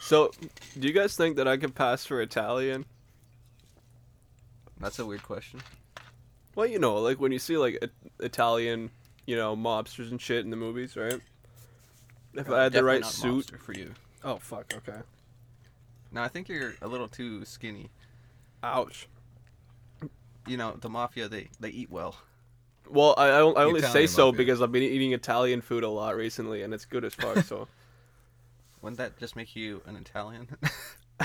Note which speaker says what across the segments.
Speaker 1: So, do you guys think that I could pass for Italian?
Speaker 2: That's a weird question.
Speaker 1: Well, you know, like when you see like I- Italian, you know, mobsters and shit in the movies, right? If I had the
Speaker 2: Definitely
Speaker 1: right
Speaker 2: not
Speaker 1: suit.
Speaker 2: mobster for you.
Speaker 1: Oh fuck. Okay.
Speaker 2: No, I think you're a little too skinny.
Speaker 1: Ouch.
Speaker 2: You know, the mafia they they eat well.
Speaker 1: Well, I I, I only say
Speaker 3: Italian
Speaker 1: so
Speaker 3: mafia.
Speaker 1: because I've been eating Italian food a lot recently, and it's good as fuck. So,
Speaker 2: Wouldn't that just make you an Italian?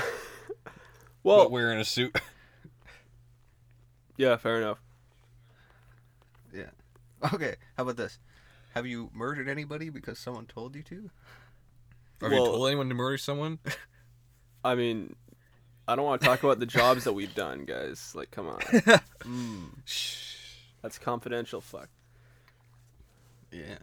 Speaker 1: well,
Speaker 3: but wearing a suit.
Speaker 1: yeah, fair enough.
Speaker 2: yeah. Okay. How about this? Have you murdered anybody because someone told you to?
Speaker 3: Have you
Speaker 1: Well-
Speaker 3: told anyone to murder someone?
Speaker 1: I mean, I don't want to talk about the jobs that we've done, guys. Like, come on,
Speaker 2: Mm,
Speaker 1: that's confidential. Fuck.
Speaker 2: yeah.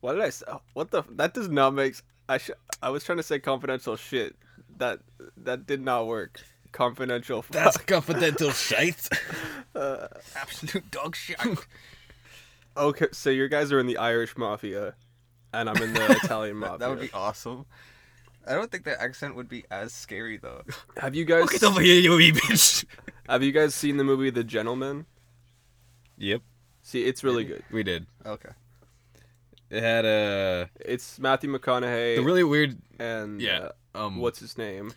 Speaker 1: Why did I? s- oh, What the? That does not make. s- I sh- I was trying to say confidential shit. That that did not work. Confidential. Fuck.
Speaker 3: confidential shite.
Speaker 2: Uh, Absolute dog shit.
Speaker 1: okay. So your guys are in the Irish mafia, and I'm in the Italian mafia.
Speaker 2: that, that would be awesome. I don't think the accent would be as scary though.
Speaker 1: Have you guys
Speaker 3: Get over here, you wee bitch.
Speaker 1: have you guys seen the movie The Gentleman?
Speaker 3: Yep,
Speaker 1: See, it's really good.
Speaker 3: we did.
Speaker 2: Okay.
Speaker 3: It had a
Speaker 1: It's Matthew McConaughey
Speaker 3: the really weird.
Speaker 1: and
Speaker 3: Yeah.
Speaker 1: uh,
Speaker 3: Um,
Speaker 1: what's his name?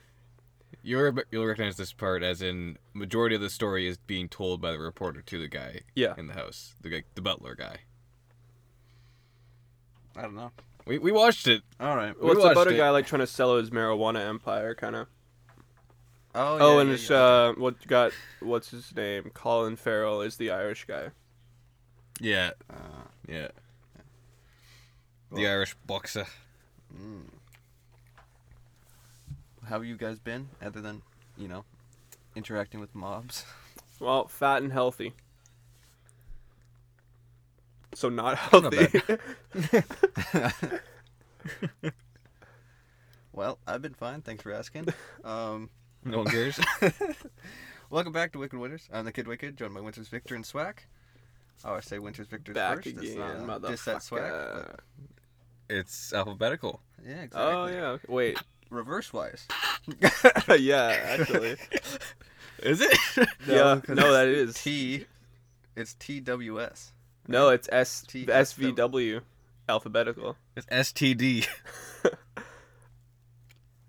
Speaker 3: you're, you'll recognize this part as in majority of the story is being told by the reporter to the guy
Speaker 1: Yeah.
Speaker 3: in the house, the guy, the butler guy.
Speaker 2: I don't know.
Speaker 3: We, we watched it.
Speaker 2: All right.
Speaker 1: Well, it's
Speaker 3: watched
Speaker 1: about a
Speaker 3: it.
Speaker 1: guy like trying to sell his marijuana empire, kind of.
Speaker 2: Oh,
Speaker 1: Oh,
Speaker 2: yeah,
Speaker 1: and
Speaker 2: yeah,
Speaker 1: it's
Speaker 2: yeah.
Speaker 1: uh, what got what's his name? Colin Farrell is the Irish guy.
Speaker 3: Yeah,
Speaker 2: Uh,
Speaker 3: yeah. The Irish boxer.
Speaker 2: how have you guys been other than you know interacting with mobs?
Speaker 1: Well, fat and healthy. So not healthy.
Speaker 2: Well, I've been fine. Thanks for asking. Um,
Speaker 3: No one cares.
Speaker 2: welcome back to Wicked Winters. I'm the Kid Wicked, joined by Winters Victor and Swack. Oh, I say Winters Victor
Speaker 1: Back
Speaker 2: first. That's
Speaker 1: again,
Speaker 2: not just that Swack.
Speaker 1: motherfucker.
Speaker 3: it's alphabetical.
Speaker 2: but- yeah, exactly.
Speaker 1: Oh yeah. okay. Wait.
Speaker 2: Reverse wise.
Speaker 1: yeah, actually.
Speaker 3: Is it?
Speaker 1: yeah.
Speaker 2: 'cause
Speaker 1: No, that
Speaker 2: it's
Speaker 1: is.
Speaker 2: T. It's TWS.
Speaker 1: No, it's S
Speaker 2: T-
Speaker 1: SVW, alphabetical.
Speaker 3: it's STD.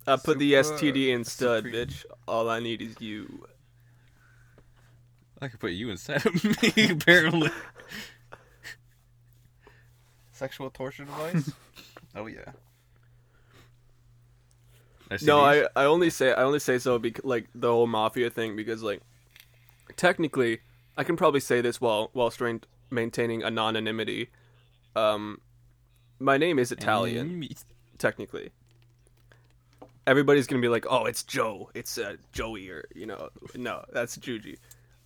Speaker 1: Uh, put the
Speaker 2: Super-
Speaker 1: STD in stud,
Speaker 2: supreme.
Speaker 1: bitch. All I need is you.
Speaker 3: I could put you inside of me, apparently.
Speaker 2: Sexual torture device. oh yeah.
Speaker 1: No, I, I only say I only say so because like the whole mafia thing because like technically I can probably say this while while strain maintaining anonymity. Um, my name is Italian technically. Everybody's gonna be like, "Oh, it's Joe. It's uh, Joey," or you know, no, that's Juji.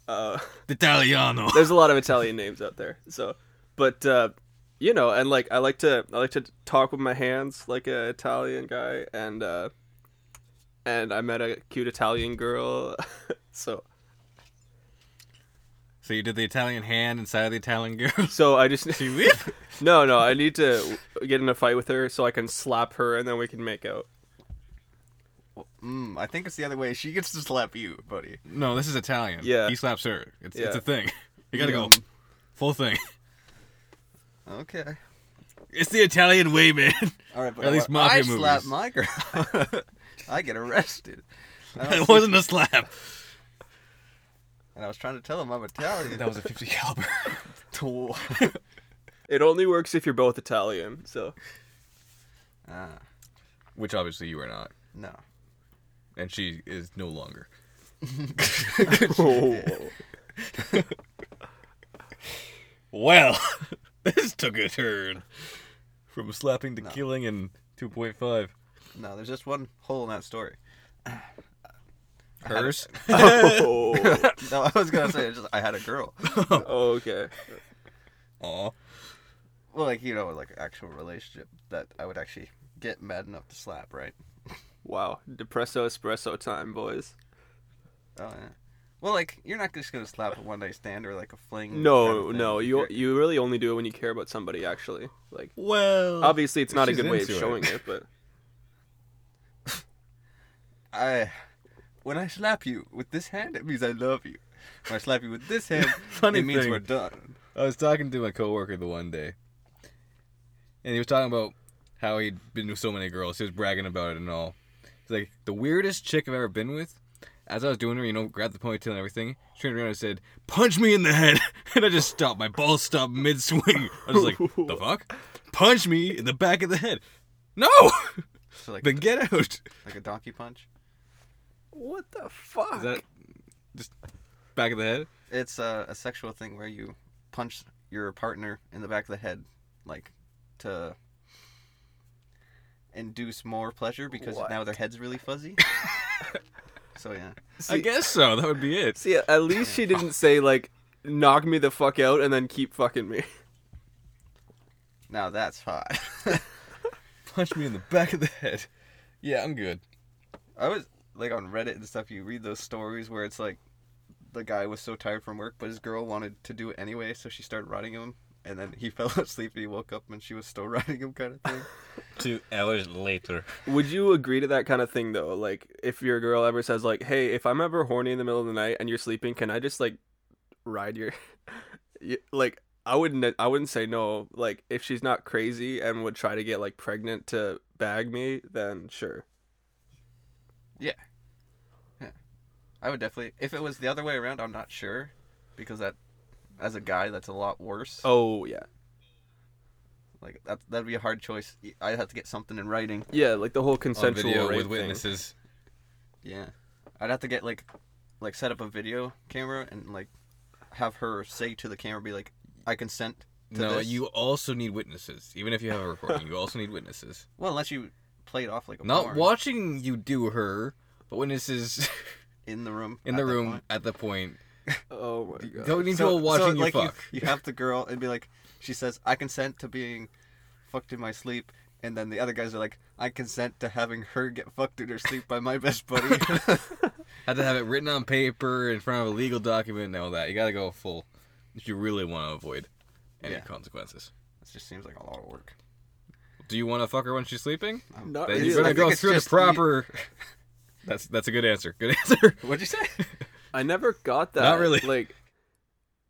Speaker 1: Uh,
Speaker 3: Italiano.
Speaker 1: there's a lot of Italian names out there. So, but uh, you know, and like I like to I like to talk with my hands like a Italian guy, and uh, and I met a cute Italian girl. so
Speaker 3: So you did the Italian hand inside of the Italian girl.
Speaker 1: so I just
Speaker 3: See, we-
Speaker 1: no no I need to get in a fight with her so I can slap her and then we can make out.
Speaker 2: Mm, I think it's the other way. She gets to slap you, buddy.
Speaker 3: no, this is Italian.
Speaker 1: Yeah.
Speaker 3: He slaps her. It's, it's
Speaker 1: Yeah.
Speaker 3: a thing. You gotta go.
Speaker 2: Yum.
Speaker 3: Full thing.
Speaker 2: Okay.
Speaker 3: It's the Italian way, man.
Speaker 2: All right, but
Speaker 3: At least
Speaker 2: I-
Speaker 3: mafia
Speaker 2: I slap
Speaker 3: movies.
Speaker 2: my girl. I get arrested. I don't
Speaker 3: it
Speaker 2: see-
Speaker 3: wasn't a slap.
Speaker 2: and I was trying to tell him I'm Italian.
Speaker 3: That was a 50 caliber.
Speaker 1: It only works if you're both Italian. So
Speaker 2: ah,
Speaker 3: Which obviously you are not.
Speaker 2: no.
Speaker 3: And she is no longer.
Speaker 1: Oh.
Speaker 3: Well, this took a turn. From slapping to
Speaker 2: No.
Speaker 3: killing in 2.5.
Speaker 2: No, there's just one hole in that story.
Speaker 3: Hers?
Speaker 1: oh.
Speaker 2: No, I was gonna say I just I had a girl.
Speaker 1: okay.
Speaker 3: Aw.
Speaker 2: Well, like you know, like actual relationship that I would actually get mad enough to slap, right?
Speaker 1: Wow. Depresso espresso time, boys.
Speaker 2: Oh yeah. Well, like you're not just gonna slap a one night stand or like a
Speaker 1: Mm,
Speaker 2: fling. kind of
Speaker 1: No,
Speaker 2: thing.
Speaker 1: no,
Speaker 2: If
Speaker 1: you
Speaker 2: you're-
Speaker 1: you really only do it when you care about somebody. Actually, like
Speaker 3: Well,
Speaker 1: obviously, it's
Speaker 3: if
Speaker 1: not a
Speaker 3: she's
Speaker 1: good way of
Speaker 3: into it.
Speaker 1: showing it, but
Speaker 2: I when I slap you with this hand, it means I love you. When I slap you with this hand,
Speaker 3: Funny
Speaker 2: it means
Speaker 3: thing.
Speaker 2: we're done.
Speaker 3: I was talking to my coworker the one day, and he was talking about how he'd been with so many girls. He was bragging about it and all. He's like, the weirdest chick I've ever been with. As I was doing her, you know, grabbed the ponytail and everything, she turned around and said, "Punch me in the head," and I just stopped. My ball stopped mid swing. I was like, "The fuck? Punch me in the back of the head?" No.
Speaker 2: So like
Speaker 3: then get out.
Speaker 2: like a donkey punch.
Speaker 1: what the fuck?
Speaker 3: Is that just back of the head?
Speaker 2: It's a, a sexual thing where you punch your partner in the back of the head, like to induce more pleasure because now their head's really fuzzy. so yeah,
Speaker 3: I guess so. That would be it.
Speaker 1: See, at least she didn't say like knock me the fuck out and then keep fucking me.
Speaker 2: now that's hot.
Speaker 3: Punch me in the back of the head. Yeah, I'm good.
Speaker 2: I was like on Reddit and stuff. You read those stories where it's like the guy was so tired from work, but his girl wanted to do it anyway, so she started riding him, and then he fell asleep and he woke up and she was still riding him, kind of thing.
Speaker 4: Two hours later.
Speaker 1: Would you agree to that kind of thing though? Like if your girl ever says like, "Hey, if I'm ever horny in the middle of the night and you're sleeping, can I just like ride your Y- like I wouldn't I wouldn't say no. Like if she's not crazy and would try to get like pregnant to bag me, then sure.
Speaker 2: I would definitely. If it was the other way around, I'm not sure, because that, as a guy, that's a lot worse.
Speaker 1: Oh yeah.
Speaker 2: Like that, that'd be a hard choice. I'd have to get something in writing.
Speaker 1: Yeah, like the whole
Speaker 3: On
Speaker 1: consensual
Speaker 3: video
Speaker 1: rape
Speaker 3: with
Speaker 1: thing.
Speaker 3: witnesses.
Speaker 2: Yeah, I'd have to get like, like set up a video camera and like, have her say to the camera, be like, "I consent." To
Speaker 3: No,
Speaker 2: this."
Speaker 3: you also need witnesses. Even if you have a recording, you also need witnesses.
Speaker 2: Well, unless you play it off like a
Speaker 3: Not
Speaker 2: porn
Speaker 3: watching you do her, but witnesses
Speaker 2: in the room.
Speaker 3: in
Speaker 2: at
Speaker 3: the
Speaker 2: that
Speaker 3: room
Speaker 2: point.
Speaker 3: at the point.
Speaker 1: Oh my god.
Speaker 3: Don't need people watching you
Speaker 2: like
Speaker 3: fuck.
Speaker 2: You, have the girl and be like, she says, "I consent to being fucked in my sleep," and then the other guys are like, "I consent to having her get fucked in her sleep by my best buddy."
Speaker 3: Have to have it written on paper in front of a legal document and all that. You gotta go full if you really want to avoid any
Speaker 2: Yeah.
Speaker 3: consequences.
Speaker 2: This just seems like a lot of work.
Speaker 3: Do you want to fuck her when she's sleeping?
Speaker 1: Not
Speaker 3: Then
Speaker 1: really.
Speaker 3: you better
Speaker 2: I
Speaker 3: go
Speaker 2: think it's
Speaker 3: through the
Speaker 2: just you-
Speaker 3: proper. That's that's a good answer. Good answer.
Speaker 2: What'd you say?
Speaker 1: I never got that.
Speaker 3: Not really.
Speaker 1: Like,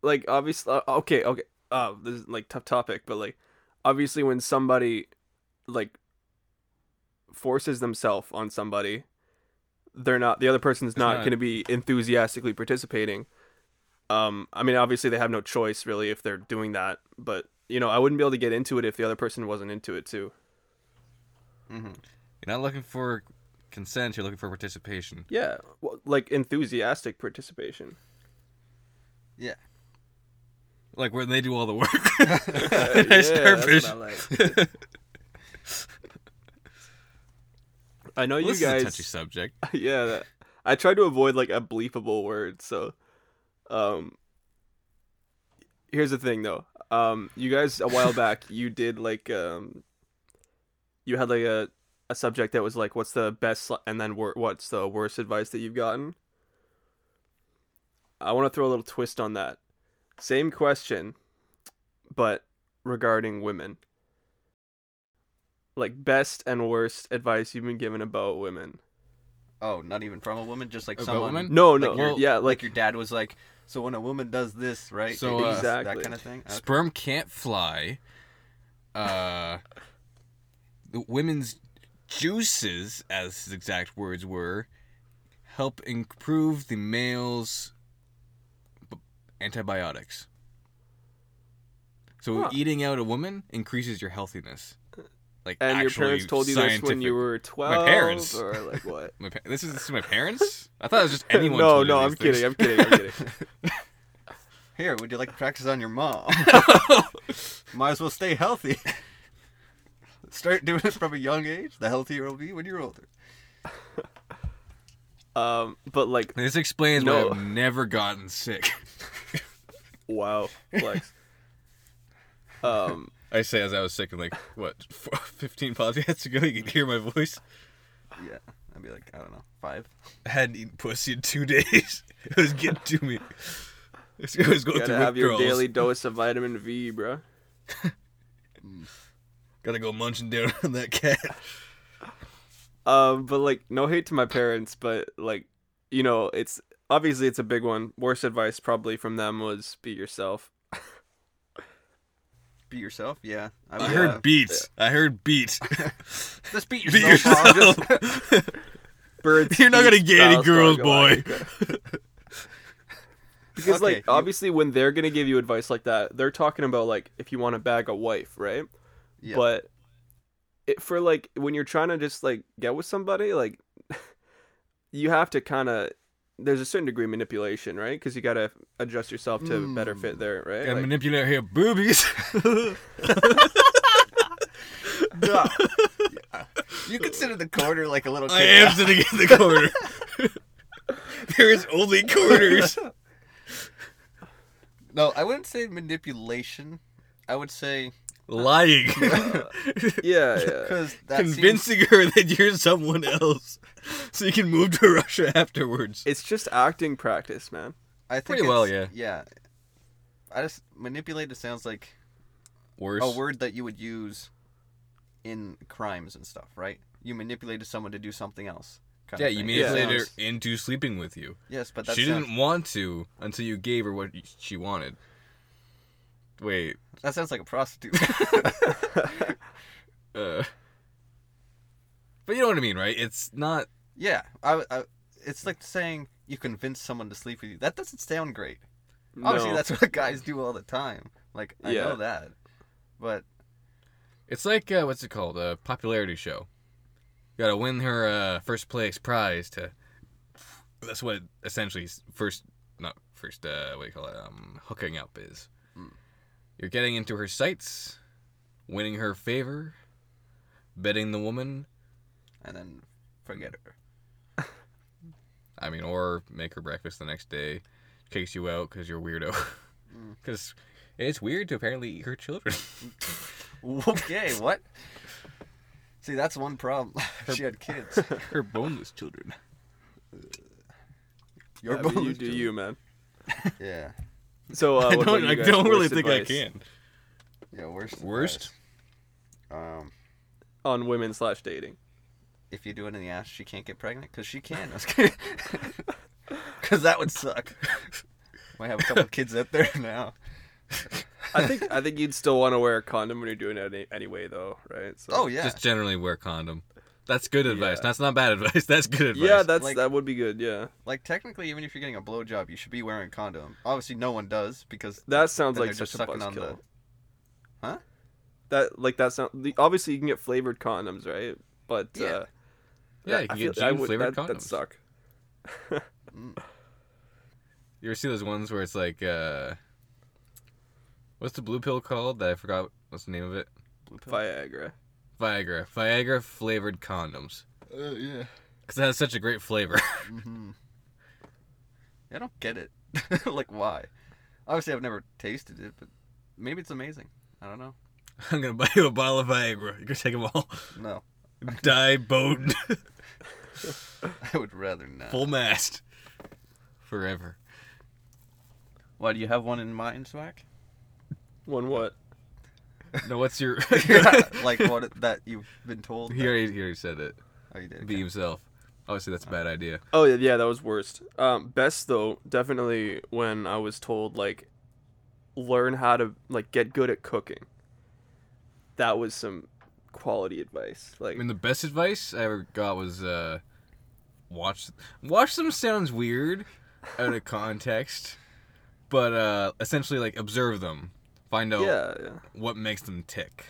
Speaker 1: like obviously, uh, okay, okay. Uh, this is like tough topic, but like, obviously, when somebody like forces themselves on somebody, they're not the other person's not,
Speaker 3: not-
Speaker 1: going to be enthusiastically participating. Um, I mean, obviously, they have no choice really if they're doing that, but you know, I wouldn't be able to get into it if the other person wasn't into it too.
Speaker 3: You're not looking for consent. You're looking for participation.
Speaker 1: Yeah, well, like enthusiastic participation.
Speaker 2: Yeah.
Speaker 3: Like when they do all the work.
Speaker 1: Yeah, that's what I
Speaker 3: starfish.
Speaker 1: like. I know
Speaker 3: Well,
Speaker 1: you
Speaker 3: this is a touchy
Speaker 1: guys.
Speaker 3: subject.
Speaker 1: yeah, that- I tried to avoid like a bleepable word. So, um, here's the thing though. Um, you guys a while back you did like um, you had like a a subject that was like, what's the best, sli- and then wor- what's the worst advice that you've gotten? I want to throw a little twist on that. Same question, but regarding women. Like best and worst advice you've been given about women.
Speaker 2: Oh, not even from a woman, just like
Speaker 3: About
Speaker 2: someone.
Speaker 3: women?
Speaker 1: No,
Speaker 2: Like
Speaker 1: no,
Speaker 2: your-
Speaker 1: yeah,
Speaker 2: Like
Speaker 1: like,
Speaker 2: your dad was like, so when a woman does this, right?
Speaker 3: So,
Speaker 2: it
Speaker 3: uh,
Speaker 2: is that
Speaker 1: Exactly.
Speaker 2: kind of thing. Okay.
Speaker 3: Sperm can't fly. Uh, the women's juices, as his exact words were, help improve the male's b- antibiotics. So
Speaker 1: Huh.
Speaker 3: eating out a woman increases your healthiness. Like
Speaker 1: and your
Speaker 3: actually
Speaker 1: parents told you this when
Speaker 3: scientific-
Speaker 1: you were twelve,
Speaker 3: parents.
Speaker 1: or like what?
Speaker 3: My pa- this is this is my parents. I thought it was just anyone.
Speaker 1: no,
Speaker 3: told you
Speaker 1: no, I'm
Speaker 3: these things.
Speaker 1: kidding, I'm kidding, I'm kidding.
Speaker 2: Here, would you like to practice on your mom? Might as well stay healthy. Start doing it from a young age. The healthier you'll be when you're older.
Speaker 1: Um, but like,
Speaker 3: This explains
Speaker 1: No.
Speaker 3: why I've never gotten sick.
Speaker 1: wow, flex. Um,
Speaker 3: I say as I was sick, and like what, four, 15 podcasts ago, you could hear my voice.
Speaker 2: Yeah, I'd be like, I don't know, five.
Speaker 3: I hadn't eaten pussy in two days. It was getting to me. It was going
Speaker 1: You gotta
Speaker 3: through
Speaker 1: have your
Speaker 3: withdrawals.
Speaker 1: daily dose of vitamin V, bro.
Speaker 3: Gotta go munching down on that cat.
Speaker 1: Um, but like, no hate to my parents, but like, you know, it's obviously it's a big one. Worst advice probably from them was be yourself.
Speaker 2: Beat yourself? Yeah.
Speaker 3: I
Speaker 2: would, uh,
Speaker 3: heard beats. I heard beat.
Speaker 2: Just beat
Speaker 3: Beat
Speaker 2: yourself. Bob.
Speaker 3: yourself.
Speaker 2: Just-
Speaker 1: Birds.
Speaker 3: You're not gonna
Speaker 1: eat
Speaker 3: get any
Speaker 1: stars
Speaker 3: girls,
Speaker 1: don't go out.
Speaker 3: boy.
Speaker 1: Because
Speaker 2: Okay,
Speaker 1: like
Speaker 2: you-
Speaker 1: obviously when they're gonna give you advice like that, they're talking about like if you want to bag a wife, right?
Speaker 2: yeah.
Speaker 1: But it, for like when you're trying to just like get with somebody, like you have to kind of there's a certain degree of manipulation, right? Because you gotta adjust yourself to better
Speaker 2: Hmm.
Speaker 1: fit there, right?
Speaker 3: Gotta
Speaker 1: Like-
Speaker 3: manipulate her boobies.
Speaker 2: No. you consider the corner like a little kid.
Speaker 3: I am sitting in the corner. there is only corners.
Speaker 2: No, I wouldn't say manipulation. I would say
Speaker 3: Lying.
Speaker 1: yeah, yeah.
Speaker 2: because that seems,
Speaker 3: Convincing her that you're someone else so you can move to Russia afterwards.
Speaker 1: It's just acting practice, man.
Speaker 2: I think
Speaker 3: pretty well,
Speaker 2: it's- Yeah. I just manipulated sounds like
Speaker 3: Worse.
Speaker 2: a word that you would use in crimes and stuff, right? You manipulated someone to do something else. kind
Speaker 3: Yeah,
Speaker 2: of
Speaker 3: you
Speaker 2: thing.
Speaker 3: manipulated
Speaker 1: Yeah.
Speaker 3: her into sleeping with you.
Speaker 2: Yes, but that
Speaker 3: she
Speaker 2: sounds,
Speaker 3: didn't want to until you gave her what she wanted. Wait,
Speaker 2: that sounds like a prostitute.
Speaker 3: uh. But you know what I mean, right? It's not.
Speaker 2: yeah, I, I, it's like saying you convince someone to sleep with you. That doesn't sound great. Obviously,
Speaker 1: No.
Speaker 2: that's what guys do all the time. Like I
Speaker 1: Yeah.
Speaker 2: know that, but
Speaker 3: It's like, uh, what's it called? A popularity show. You gotta win her uh, first place prize to. That's what essentially s- first. Not first, uh, what do you call it? Um, hooking up is.
Speaker 1: Hmm.
Speaker 3: You're getting into her sights, winning her favor, betting the woman,
Speaker 2: and then forget her.
Speaker 3: I mean, or make her breakfast the next day, kicks you out because you're a weirdo.
Speaker 1: Hmm.
Speaker 3: Because it's weird to apparently eat her children.
Speaker 2: Okay, what? See, that's one problem. she had kids.
Speaker 3: her boneless children.
Speaker 2: Your
Speaker 1: I mean, you
Speaker 2: bonus
Speaker 1: do
Speaker 2: joke.
Speaker 1: you, man.
Speaker 2: Yeah.
Speaker 1: So uh,
Speaker 3: I
Speaker 1: what about
Speaker 3: don't,
Speaker 1: you
Speaker 3: I
Speaker 1: guys?
Speaker 3: don't really
Speaker 1: Worst
Speaker 3: think
Speaker 1: advice
Speaker 3: I can.
Speaker 2: Yeah. Worst.
Speaker 3: Worst?
Speaker 2: advice. Um,
Speaker 1: on women slash dating.
Speaker 2: if you do it in the ass, she can't get pregnant because she can. Because that would suck. Might have a couple kids out there now.
Speaker 1: I think I think you'd still want to wear a condom when you're doing it any, anyway, though, right? So,
Speaker 2: Oh yeah.
Speaker 3: Just generally wear condom. That's good advice.
Speaker 1: Yeah.
Speaker 3: That's not bad advice. That's good advice.
Speaker 1: yeah, that's
Speaker 2: Like-
Speaker 1: that would be good. Yeah,
Speaker 2: Like technically, even if you're getting a blowjob, you should be wearing a condom. Obviously, no one does because
Speaker 1: that sounds
Speaker 2: then
Speaker 1: like
Speaker 2: they're
Speaker 1: such
Speaker 2: just
Speaker 1: a
Speaker 2: sucking on
Speaker 1: buzzkill.
Speaker 2: the- Huh?
Speaker 1: That like that sound. The, obviously, you can get flavored condoms, right? But
Speaker 2: Yeah.
Speaker 1: uh,
Speaker 3: yeah,
Speaker 1: that-
Speaker 3: you
Speaker 1: I
Speaker 3: can
Speaker 1: feel-
Speaker 3: get
Speaker 1: I
Speaker 3: gene
Speaker 1: would-
Speaker 3: flavored
Speaker 1: that,
Speaker 3: condoms.
Speaker 1: That suck.
Speaker 3: You ever see those ones where it's like, uh, what's the blue pill called? That I forgot. What's the name of it?
Speaker 2: blue pill.
Speaker 1: Viagra.
Speaker 3: Viagra. Viagra flavored condoms.
Speaker 2: Uh, yeah.
Speaker 3: Because it has such a great flavor. Mm-hmm.
Speaker 2: I don't get it. like why? Obviously, I've never tasted it, but maybe it's amazing. I don't know.
Speaker 3: I'm gonna buy you a bottle of Viagra. You're gonna take them all.
Speaker 2: No,
Speaker 3: Die boned.
Speaker 2: I would rather not.
Speaker 3: Full mast. Forever.
Speaker 2: Why do you have one in mind, Swack?
Speaker 1: One what?
Speaker 3: No, what's your
Speaker 2: like what that you've been told?
Speaker 3: He
Speaker 2: that-
Speaker 3: already, he already said it.
Speaker 2: Oh, you did.
Speaker 3: Be
Speaker 2: okay.
Speaker 3: himself. Obviously that's a bad idea.
Speaker 1: Oh yeah, yeah, that was worst. Um, best though, definitely when I was told like, learn how to like get good at cooking. That was some quality advice. Like,
Speaker 3: I mean the best advice I ever got was uh watch watch them sounds weird out of context. But uh essentially like observe them. Find out
Speaker 1: yeah, yeah,
Speaker 3: what makes them tick.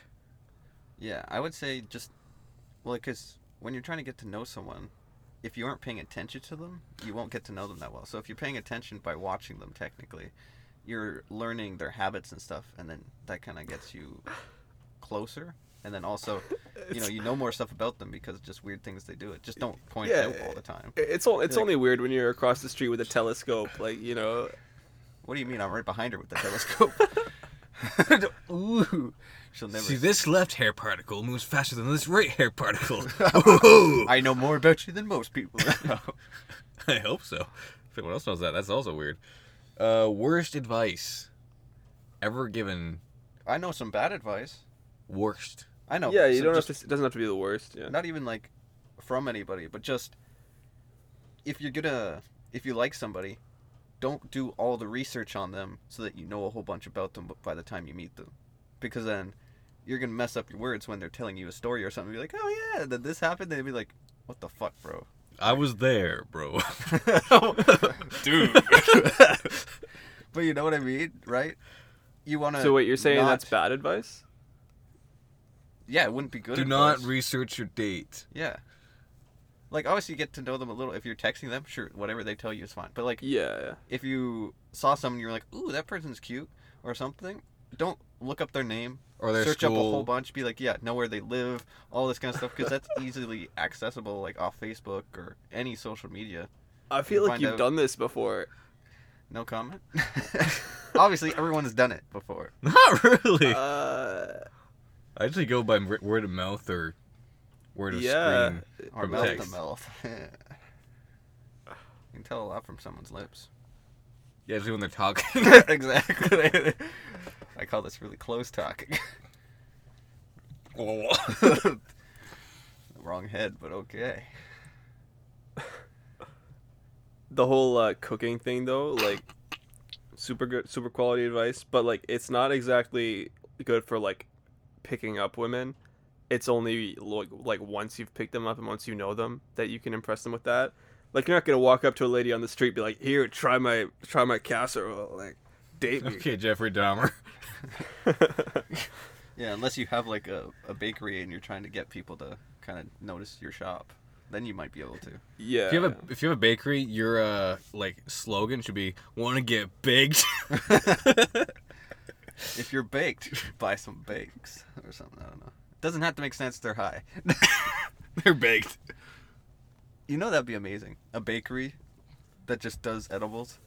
Speaker 2: Yeah, I would say just well, because when you're trying to get to know someone, if you aren't paying attention to them, you won't get to know them that well. So if you're paying attention by watching them, technically, you're learning their habits and stuff, and then that kind of gets you closer. And then also, you know, you know more stuff about them because just weird things they do. It just don't point
Speaker 1: Yeah.
Speaker 2: out all the time.
Speaker 1: It- It's all, it's
Speaker 2: Like-
Speaker 1: only weird when you're across the street with a telescope. Like you know,
Speaker 2: What do you mean? I'm right behind her with the telescope. Ooh, she'll never.
Speaker 3: See, this left hair particle moves faster than this right hair particle. Whoa!
Speaker 2: I know more about you than most people.
Speaker 3: I hope so. If anyone else knows that, that's also weird. Uh, worst advice ever given.
Speaker 2: I know some bad advice.
Speaker 3: Worst.
Speaker 2: I know.
Speaker 1: yeah, you
Speaker 2: so
Speaker 1: don't
Speaker 2: just,
Speaker 1: have to. It doesn't have to be the worst. Yeah.
Speaker 2: Not even like from anybody, but just if you're gonna if you like somebody, don't do all the research on them so that you know a whole bunch about them by the time you meet them, because then you're gonna mess up your words when they're telling you a story or something. Be like, oh yeah, then this happened. They'd be like, what the fuck, bro?
Speaker 3: I was there, bro.
Speaker 4: Dude.
Speaker 2: But you know what I mean, right? You wanna.
Speaker 1: So wait, you're saying
Speaker 2: not-
Speaker 1: that's bad advice?
Speaker 2: Yeah, it wouldn't be good.
Speaker 3: Do not
Speaker 2: advice.
Speaker 3: research your date.
Speaker 2: Yeah. Like obviously you get to know them a little if you're texting them, sure, whatever they tell you is fine. But like
Speaker 1: Yeah. yeah.
Speaker 2: if you saw someone you're like, "Ooh, that person's cute" or something, don't look up their name
Speaker 3: Or their
Speaker 2: search up a
Speaker 3: school.
Speaker 2: whole bunch, be like, "Yeah, know where they live, all this kind of stuff" cuz that's easily accessible like off Facebook or any social media.
Speaker 1: I feel like
Speaker 2: find
Speaker 1: you've
Speaker 2: out.
Speaker 1: done this before.
Speaker 2: No comment. obviously everyone's done it before.
Speaker 3: Not really.
Speaker 1: Uh,
Speaker 3: I usually go by wor- word of mouth or word of
Speaker 1: Yeah.
Speaker 3: screen.
Speaker 2: Or
Speaker 3: From
Speaker 2: mouth
Speaker 3: text.
Speaker 2: to mouth. you can tell a lot from someone's lips.
Speaker 3: Yeah, usually when they're talking.
Speaker 2: exactly. I call this really close talking. Wrong head, but okay.
Speaker 1: the whole uh, cooking thing though, like super good, super quality advice, but like it's not exactly good for like picking up women. It's only like like once you've picked them up and once you know them that you can impress them with that. Like you're not gonna walk up to a lady on the street and be like, "Here, try my try my casserole." Like, date me.
Speaker 3: okay, Jeffrey Dahmer.
Speaker 2: Yeah, unless you have like a, a bakery and you're trying to get people to kind of notice your shop, then you might be able to.
Speaker 1: yeah. Oh,
Speaker 3: If you have a if you have a bakery, your uh like slogan should be "Want to get baked."
Speaker 2: If you're baked, buy some bakes or something. I don't know. Doesn't have to make sense. They're high.
Speaker 3: They're baked.
Speaker 2: you know that'd be amazing. A bakery that just does edibles,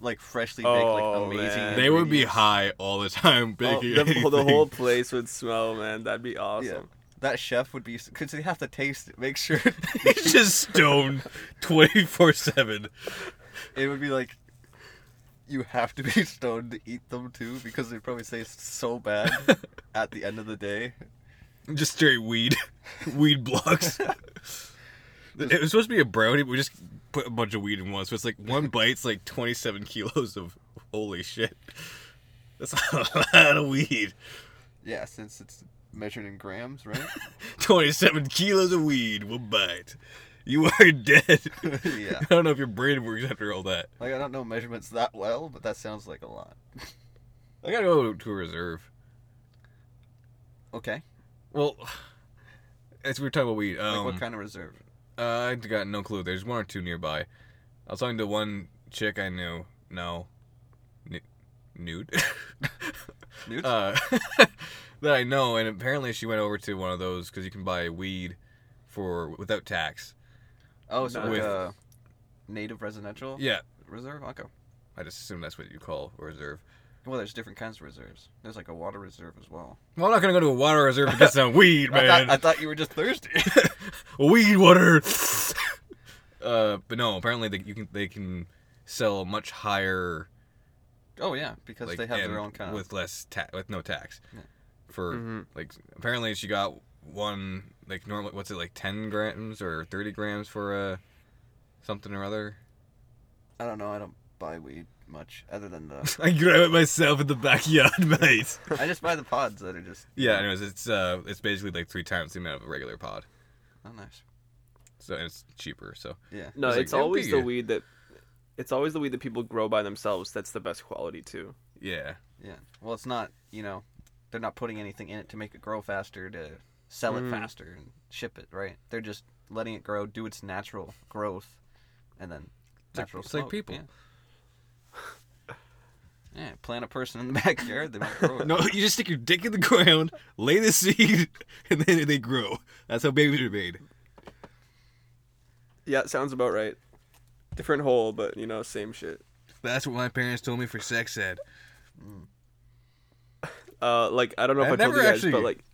Speaker 2: like freshly baked,
Speaker 1: Oh,
Speaker 2: like amazing.
Speaker 1: man.
Speaker 3: They would be
Speaker 2: ingredients.
Speaker 3: high all the time
Speaker 1: Oh,
Speaker 3: baking.
Speaker 1: the, the
Speaker 3: anything.
Speaker 1: whole place would smell, man. That'd be awesome.
Speaker 2: That chef would be because they have to taste it, make sure
Speaker 3: He's just stoned twenty four seven.
Speaker 2: it would be like you have to be stoned to eat them too because they probably say it's so bad at the end of the day.
Speaker 3: Just straight weed, weed blocks. it was supposed to be a brownie, but we just put a bunch of weed in one. So it's like one bite's like twenty seven kilos of holy shit. That's a lot of weed.
Speaker 2: Yeah, since it's measured in grams, right?
Speaker 3: 27 kilos of weed will bite. You are dead.
Speaker 2: Yeah.
Speaker 3: I don't know if your brain works after all that.
Speaker 2: like I don't know measurements that well, but that sounds like a lot.
Speaker 3: I gotta go to a reserve.
Speaker 2: Okay.
Speaker 3: Well, as we were talking about weed,
Speaker 2: Like
Speaker 3: um,
Speaker 2: what kind of reserve?
Speaker 3: uh, I got no clue. There's one or two nearby. I was talking to one chick I knew. No, N- nude.
Speaker 2: Nudes?
Speaker 3: uh, that I know, and apparently she went over to one of those because you can buy weed for without tax.
Speaker 2: oh, so
Speaker 1: no.
Speaker 2: like
Speaker 3: with-
Speaker 2: uh, native residential
Speaker 3: Yeah,
Speaker 2: reserve. Okay.
Speaker 3: I just assume that's what you call a reserve.
Speaker 2: Well, there's different kinds of reserves. There's like a water reserve as well.
Speaker 3: Well, I'm not gonna go to a water reserve to get some weed,
Speaker 2: I
Speaker 3: man.
Speaker 2: thought, I thought you were just thirsty.
Speaker 3: weed water. uh, but no, apparently they you can they can sell much higher
Speaker 2: oh yeah, because
Speaker 3: like
Speaker 2: they have
Speaker 3: and
Speaker 2: their own kind of.
Speaker 3: with less ta- with no tax
Speaker 2: Yeah.
Speaker 3: for
Speaker 1: Mhm.
Speaker 3: like apparently she got one like normal what's it like 10 grams or 30 grams for uh something or other
Speaker 2: I don't know. I don't buy weed much other than the.
Speaker 3: i grab it myself in the backyard mate
Speaker 2: I just buy the pods that are just.
Speaker 3: yeah anyways it's uh it's basically like three times the amount of a regular pod
Speaker 2: Oh, nice.
Speaker 3: so and it's cheaper so
Speaker 2: Yeah.
Speaker 1: No,
Speaker 3: It's like,
Speaker 1: it's
Speaker 3: it'd
Speaker 1: always
Speaker 3: be
Speaker 1: the
Speaker 3: good.
Speaker 1: weed that. It's always the weed that people grow by themselves. That's the best quality too.
Speaker 3: yeah
Speaker 2: Yeah. Well, it's not, you know, they're not putting anything in it to make it grow faster, to sell it
Speaker 3: Mm-hmm.
Speaker 1: Mm.
Speaker 2: faster and ship it, right? They're just letting it grow, do its natural growth, and then
Speaker 3: It's like-
Speaker 2: natural
Speaker 3: it's like
Speaker 2: smoke,
Speaker 3: people.
Speaker 2: Yeah. Yeah, plant a person in the backyard, they might grow it.
Speaker 3: No, you just stick your dick in the ground, lay the seed, and then they grow. That's how babies are made.
Speaker 1: Yeah, it sounds about right. Different hole, but you know, same shit.
Speaker 3: That's what my parents told me for sex ed.
Speaker 1: uh, like I don't know if
Speaker 3: I
Speaker 1: I, told you
Speaker 3: never
Speaker 1: guys, but
Speaker 3: actually-
Speaker 1: like,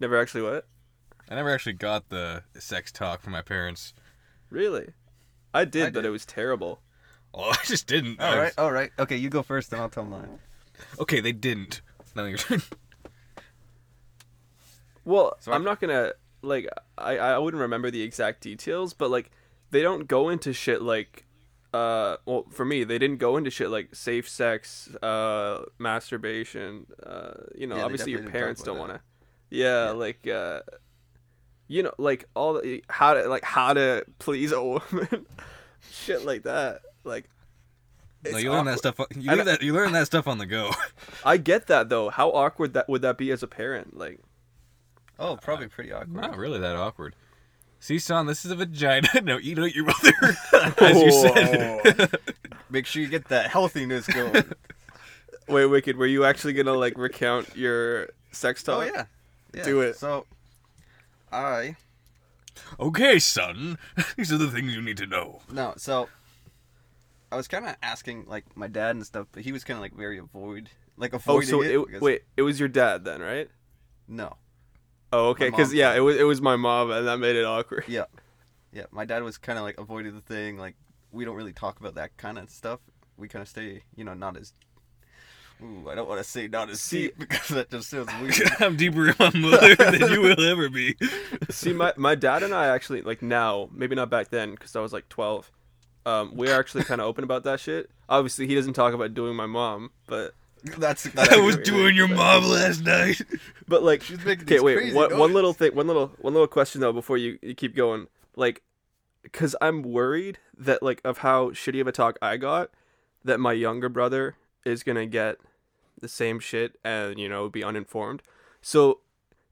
Speaker 1: never actually what?
Speaker 3: I never actually got the sex talk from my parents.
Speaker 1: Really? I did, but
Speaker 2: did.
Speaker 1: it was terrible.
Speaker 3: Oh, I just didn't. I
Speaker 2: All right,
Speaker 3: was-
Speaker 2: all right. Okay, you go first, then I'll tell mine.
Speaker 3: Okay, they didn't. Now your turn.
Speaker 1: Well,
Speaker 2: So I-
Speaker 1: I'm not gonna like I I wouldn't remember the exact details, but like they don't go into shit like uh well for me they didn't go into shit like safe sex uh masturbation uh you know
Speaker 2: Yeah, they
Speaker 1: obviously your
Speaker 2: definitely didn't talk
Speaker 1: parents
Speaker 2: about
Speaker 1: don't
Speaker 2: that.
Speaker 1: want to yeah, like uh you know like all the, how to like how to please a woman shit like that like
Speaker 3: No,
Speaker 1: it's
Speaker 3: you learn
Speaker 1: awkward.
Speaker 3: that stuff. on- You
Speaker 1: I
Speaker 3: learn
Speaker 1: know-
Speaker 3: that. You learn that stuff on the go.
Speaker 1: I get that though how awkward that would that be as a parent like
Speaker 2: Oh, probably pretty awkward.
Speaker 3: Not really that awkward. See, son, this is a vagina. No, eat out your mother, as you said.
Speaker 2: Make sure you get that healthiness going.
Speaker 1: Wait, Wicked, were you actually gonna like recount your sex talk?
Speaker 2: oh yeah. yeah.
Speaker 1: Do it.
Speaker 2: So, I
Speaker 3: okay, son. These are the things you need to know.
Speaker 2: No, so I was kind of asking like my dad and stuff, but he was kind of like very avoid, like
Speaker 1: Oh,
Speaker 2: avoiding
Speaker 1: so
Speaker 2: it.
Speaker 1: it,
Speaker 2: because-
Speaker 1: wait, it was your dad then, right?
Speaker 2: No,
Speaker 1: Oh, okay,
Speaker 2: My
Speaker 1: because
Speaker 2: mom.
Speaker 1: yeah, it was it was my mom, and that made it awkward.
Speaker 2: yeah, yeah. My dad was kind of like avoided the thing. Like we don't really talk about that kind of stuff. We kind of stay, you know, not as. Ooh, I don't want to say not as
Speaker 1: See-
Speaker 2: deep because that just sounds weird.
Speaker 3: I'm deeper in my mother than you will ever be.
Speaker 1: See, my my dad and I actually like now, maybe not back then, because I was like twelve. Um, we're actually kind of open about that shit. Obviously, he doesn't talk about doing my mom, but
Speaker 2: That's that
Speaker 3: I was doing your mom last night.
Speaker 1: but like,
Speaker 2: She's making
Speaker 1: okay,
Speaker 2: these
Speaker 1: wait,
Speaker 2: crazy
Speaker 1: one, one
Speaker 2: noises.
Speaker 1: little thing, one little one little question though before you, you keep going, like, because I'm worried that like of how shitty of a talk I got, that my younger brother is gonna get the same shit and you know be uninformed. So,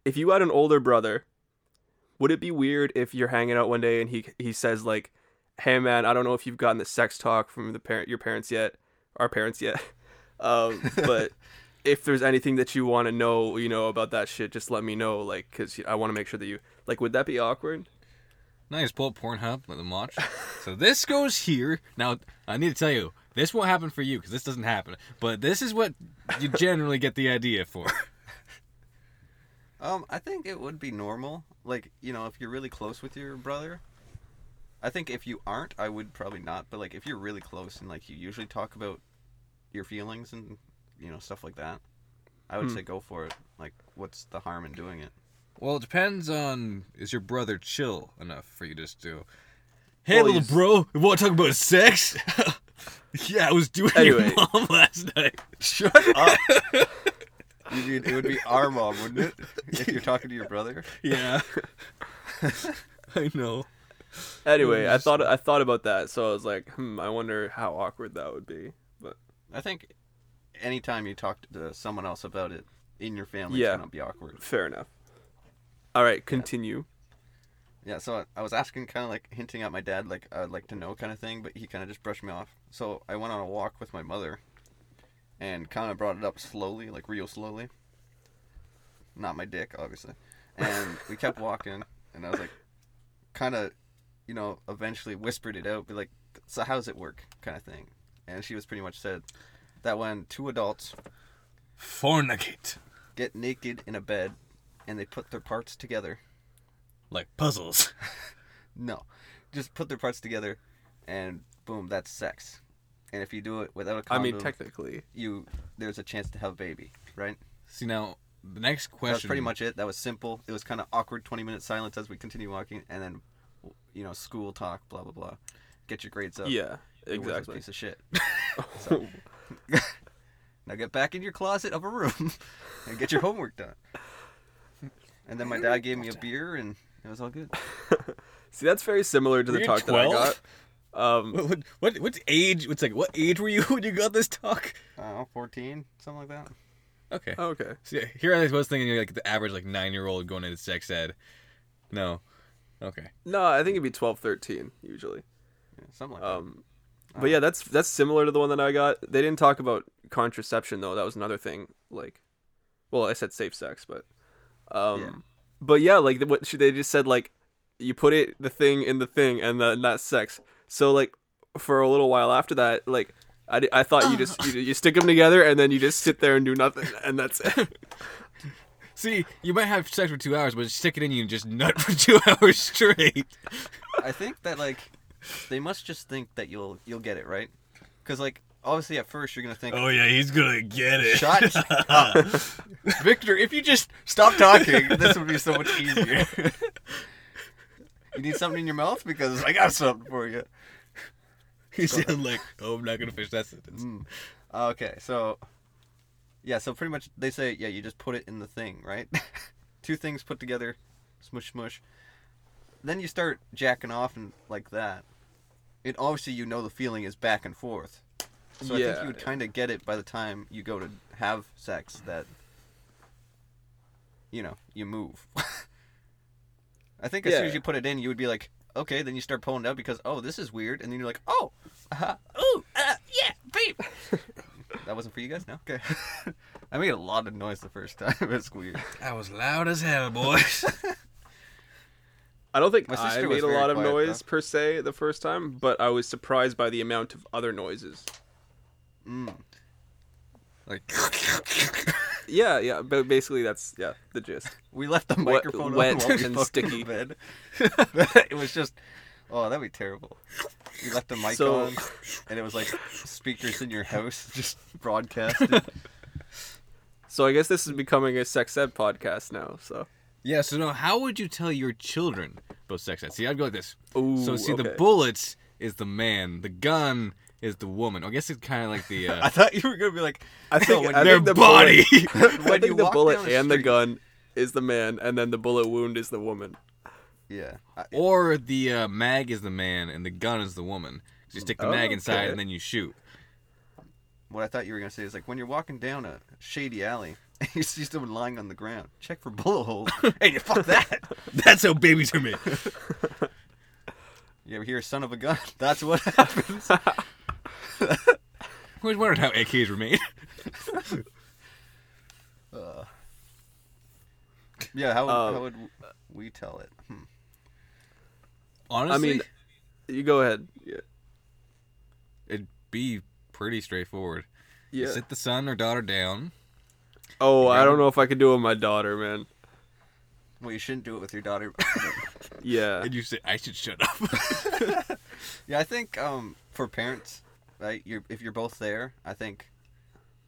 Speaker 1: if you had an older brother, would it be weird if you're hanging out one day and he he says like, "Hey man, I don't know if you've gotten the sex talk from the parent your parents yet, our parents yet, um, but." if there's anything that you want to know, you know about that shit, just let me know, like, cause I want to make sure that you like. Would that be awkward?
Speaker 3: Now you just pull up Pornhub, let them watch. so this goes here. Now I need to tell you, this won't happen for you because this doesn't happen. But this is what you generally get the idea for.
Speaker 2: Um, I think it would be normal. Like, you know, if you're really close with your brother, I think if you aren't, I would probably not. But like, if you're really close and like you usually talk about your feelings and you know stuff like that, I would
Speaker 1: Hmm.
Speaker 2: say go for it. Like, what's the harm in doing it?
Speaker 3: Well, it depends on is your brother chill enough for you just to. Hey,
Speaker 1: Well,
Speaker 3: little
Speaker 1: he's-
Speaker 3: bro, you want to talk about sex? yeah, I was doing
Speaker 1: Anyway.
Speaker 3: your mom last night.
Speaker 2: Shut up. You mean, it would be our mom, wouldn't it? If you're talking to your brother.
Speaker 3: yeah, I know.
Speaker 1: Anyway, I
Speaker 3: Yes.
Speaker 1: thought I thought about that, so I was like, hmm, I wonder how awkward that would be. But
Speaker 2: I think anytime you talk to someone else about it in your family,
Speaker 1: Yeah.
Speaker 2: it's gonna be awkward.
Speaker 1: fair enough. All right, continue.
Speaker 2: Yeah, so I- I was asking, kind of like hinting at my dad, like I'd like to know kind of thing, but he kind of just brushed me off. So I went on a walk with my mother, and kind of brought it up slowly, like real slowly. Not my dick, obviously. And we kept walking, and I was like, kind of, you know, eventually whispered it out, be like, "So how does it work?" kind of thing. And she was pretty much said that when two adults
Speaker 3: Fornicate
Speaker 2: get naked in a bed, and they put their parts together,
Speaker 3: like puzzles.
Speaker 2: No. Just put their parts together and boom, that's sex. And if you do it without a
Speaker 1: I
Speaker 2: condom,
Speaker 1: mean, technically,
Speaker 2: you there's a chance to have a baby, right?
Speaker 3: See now, the next question.
Speaker 2: That's pretty much it. That was simple. It was kind of awkward 20 minute silence as we continue walking and then you know, school talk, blah blah blah. Get your grades up.
Speaker 1: yeah,
Speaker 2: You're a worthless
Speaker 1: exactly.
Speaker 2: Piece of shit. So- now get back in your closet of a room and get your homework done. And then my dad gave me a beer and it was all good.
Speaker 1: See, that's very similar to
Speaker 3: Were
Speaker 1: the
Speaker 3: you
Speaker 1: talk
Speaker 3: 12?
Speaker 1: that I got. Um,
Speaker 3: What, what what what age? What's like what age were you when you got this talk?
Speaker 2: Uh, 14, something like that.
Speaker 3: Okay.
Speaker 1: okay.
Speaker 3: See, here I was thinking you're like the average like nine year old going into sex ed. No. Okay.
Speaker 1: No, I think it'd be 12, 13 usually.
Speaker 2: Yeah, something like that.
Speaker 1: Um, but yeah, that's that's similar to the one that I got. They didn't talk about contraception though. That was another thing. Like, well, I said safe sex, but, um,
Speaker 2: Yeah.
Speaker 1: but yeah, like the- what she, they just said, like you put it the thing in the thing and the, and that's sex. So like for a little while after that, like I, di- I thought you just you, you stick them together and then you just sit there and do nothing and that's it.
Speaker 3: See, you might have sex for two hours, but stick it in you and just nut for two hours straight.
Speaker 2: I think that like they must just think that you'll you'll get it right, because like obviously at first you're gonna think
Speaker 4: Oh yeah, he's gonna get it.
Speaker 2: Shut Victor, if you just stop talking, this would be so much easier. you need something in your mouth because I got something for you.
Speaker 3: You sound like, oh, I'm not gonna finish that sentence.
Speaker 2: Mm. Okay, so yeah, so pretty much they say yeah, you just put it in the thing, right? Two things put together, smush smush. Then you start jacking off and like that. It obviously you know the feeling is back and forth. So I think
Speaker 1: Yeah,
Speaker 2: you would
Speaker 1: yeah.
Speaker 2: kind of get it by the time you go to have sex that you know, you move. I think as soon
Speaker 1: Yeah.
Speaker 2: as you put it in, you would be like, okay, then you start pulling it out because oh, this is weird, and then you're like, oh, uh, ooh, uh, yeah, babe. That wasn't for you guys, no? Okay. I made a lot of noise the first time. It's weird.
Speaker 3: That was loud as hell, boys.
Speaker 1: I don't think
Speaker 2: My
Speaker 1: I
Speaker 2: sister was
Speaker 1: made a
Speaker 2: very
Speaker 1: lot of
Speaker 2: quiet,
Speaker 1: noise
Speaker 2: though.
Speaker 1: per se the first time, but I was surprised by the amount of other noises.
Speaker 2: Mm.
Speaker 3: like,
Speaker 1: Yeah, yeah, but basically that's yeah the gist.
Speaker 2: We left the
Speaker 1: Wet-
Speaker 2: microphone on
Speaker 1: wet
Speaker 2: while we
Speaker 1: and
Speaker 2: fucked in
Speaker 1: sticky.
Speaker 2: bed. it was just, oh, that'd be terrible. You left the mic
Speaker 1: So-
Speaker 2: on, and it was like speakers in your house just broadcasted.
Speaker 1: So I guess this is becoming a sex ed podcast now. So
Speaker 3: yeah. So now, how would you tell your children about sex? ed? See, I'd go like this.
Speaker 1: Ooh,
Speaker 3: so see, the
Speaker 1: okay.
Speaker 3: bullets is the man, the gun is the woman. I guess it's kind of like the.
Speaker 2: I
Speaker 3: Uh,
Speaker 2: thought you were gonna be like,
Speaker 1: I think,
Speaker 2: when
Speaker 1: I
Speaker 3: their
Speaker 1: think the
Speaker 3: body.
Speaker 1: Bullet, I
Speaker 2: When
Speaker 1: think
Speaker 2: you
Speaker 1: the
Speaker 2: walk
Speaker 1: bullet
Speaker 2: down the
Speaker 1: and the
Speaker 2: street.
Speaker 1: gun is the man, and then the bullet wound is the woman.
Speaker 2: yeah, I-
Speaker 3: or the uh, mag is the man and the gun is the woman. So you stick the mag inside
Speaker 1: Okay.
Speaker 3: and then you shoot.
Speaker 2: what I thought you were gonna say is like when you're walking down a shady alley and you see someone lying on the ground, check for bullet holes. hey, you fuck that.
Speaker 3: That's how babies are made.
Speaker 2: You ever hear "son of a gun"? That's what happens.
Speaker 3: Always wondered how AKs were made.
Speaker 2: yeah, how, would
Speaker 1: Uh,
Speaker 2: how would we tell it? Hmm.
Speaker 3: Honestly,
Speaker 1: I mean, you go ahead. Yeah,
Speaker 3: it'd be pretty straightforward. You
Speaker 1: yeah.
Speaker 3: Sit the son or daughter down.
Speaker 1: Oh, I don't know if I could do it with my daughter, man.
Speaker 2: Well, you shouldn't do it with your daughter.
Speaker 1: Yeah,
Speaker 3: And you say, I should shut up.
Speaker 2: yeah, I think um, for parents, right? You're, if you're both there, I think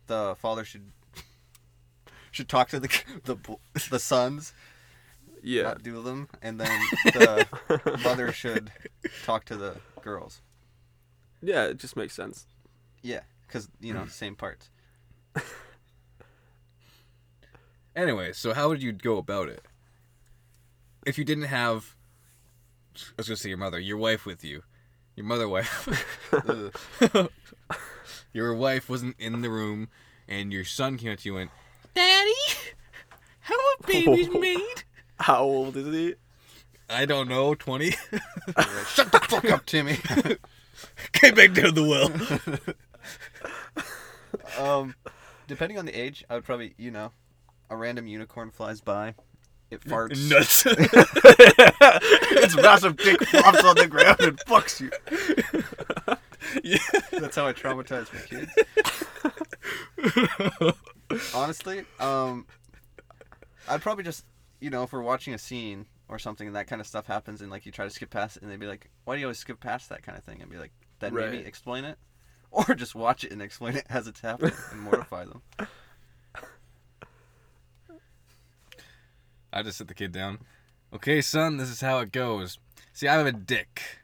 Speaker 2: the father should should talk to the the bo- the sons,
Speaker 1: yeah.
Speaker 2: not do them, and then the mother should talk to the girls.
Speaker 1: Yeah, it just makes sense.
Speaker 2: Yeah, because you know, same parts.
Speaker 3: anyway, so how would you go about it? If you didn't have, I was going to say your mother, your wife with you, your mother wife,
Speaker 2: Ugh.
Speaker 3: your wife wasn't in the room, and your son came up to you and went, Daddy, how are babies
Speaker 1: Oh.
Speaker 3: made?
Speaker 1: How old is he?
Speaker 3: I don't know, 20?
Speaker 2: They're like, Shut the fuck up, Timmy.
Speaker 3: Came back down the well.
Speaker 2: um, depending on the age, I would probably, you know, a random unicorn flies by, it farts,
Speaker 3: Nuts.
Speaker 2: its massive dick flops on the ground and fucks you. That's how I traumatize my kids. Honestly, um, I'd probably just, you know, if we're watching a scene or something and that kind of stuff happens and like you try to skip past it and they'd be like, why do you always skip past that kind of thing? And be like, then maybe
Speaker 1: Right.
Speaker 2: explain it. Or just watch it and explain it as it's happening and mortify them.
Speaker 3: I just sit the kid down. Okay, son, this is how it goes. See, I have a dick.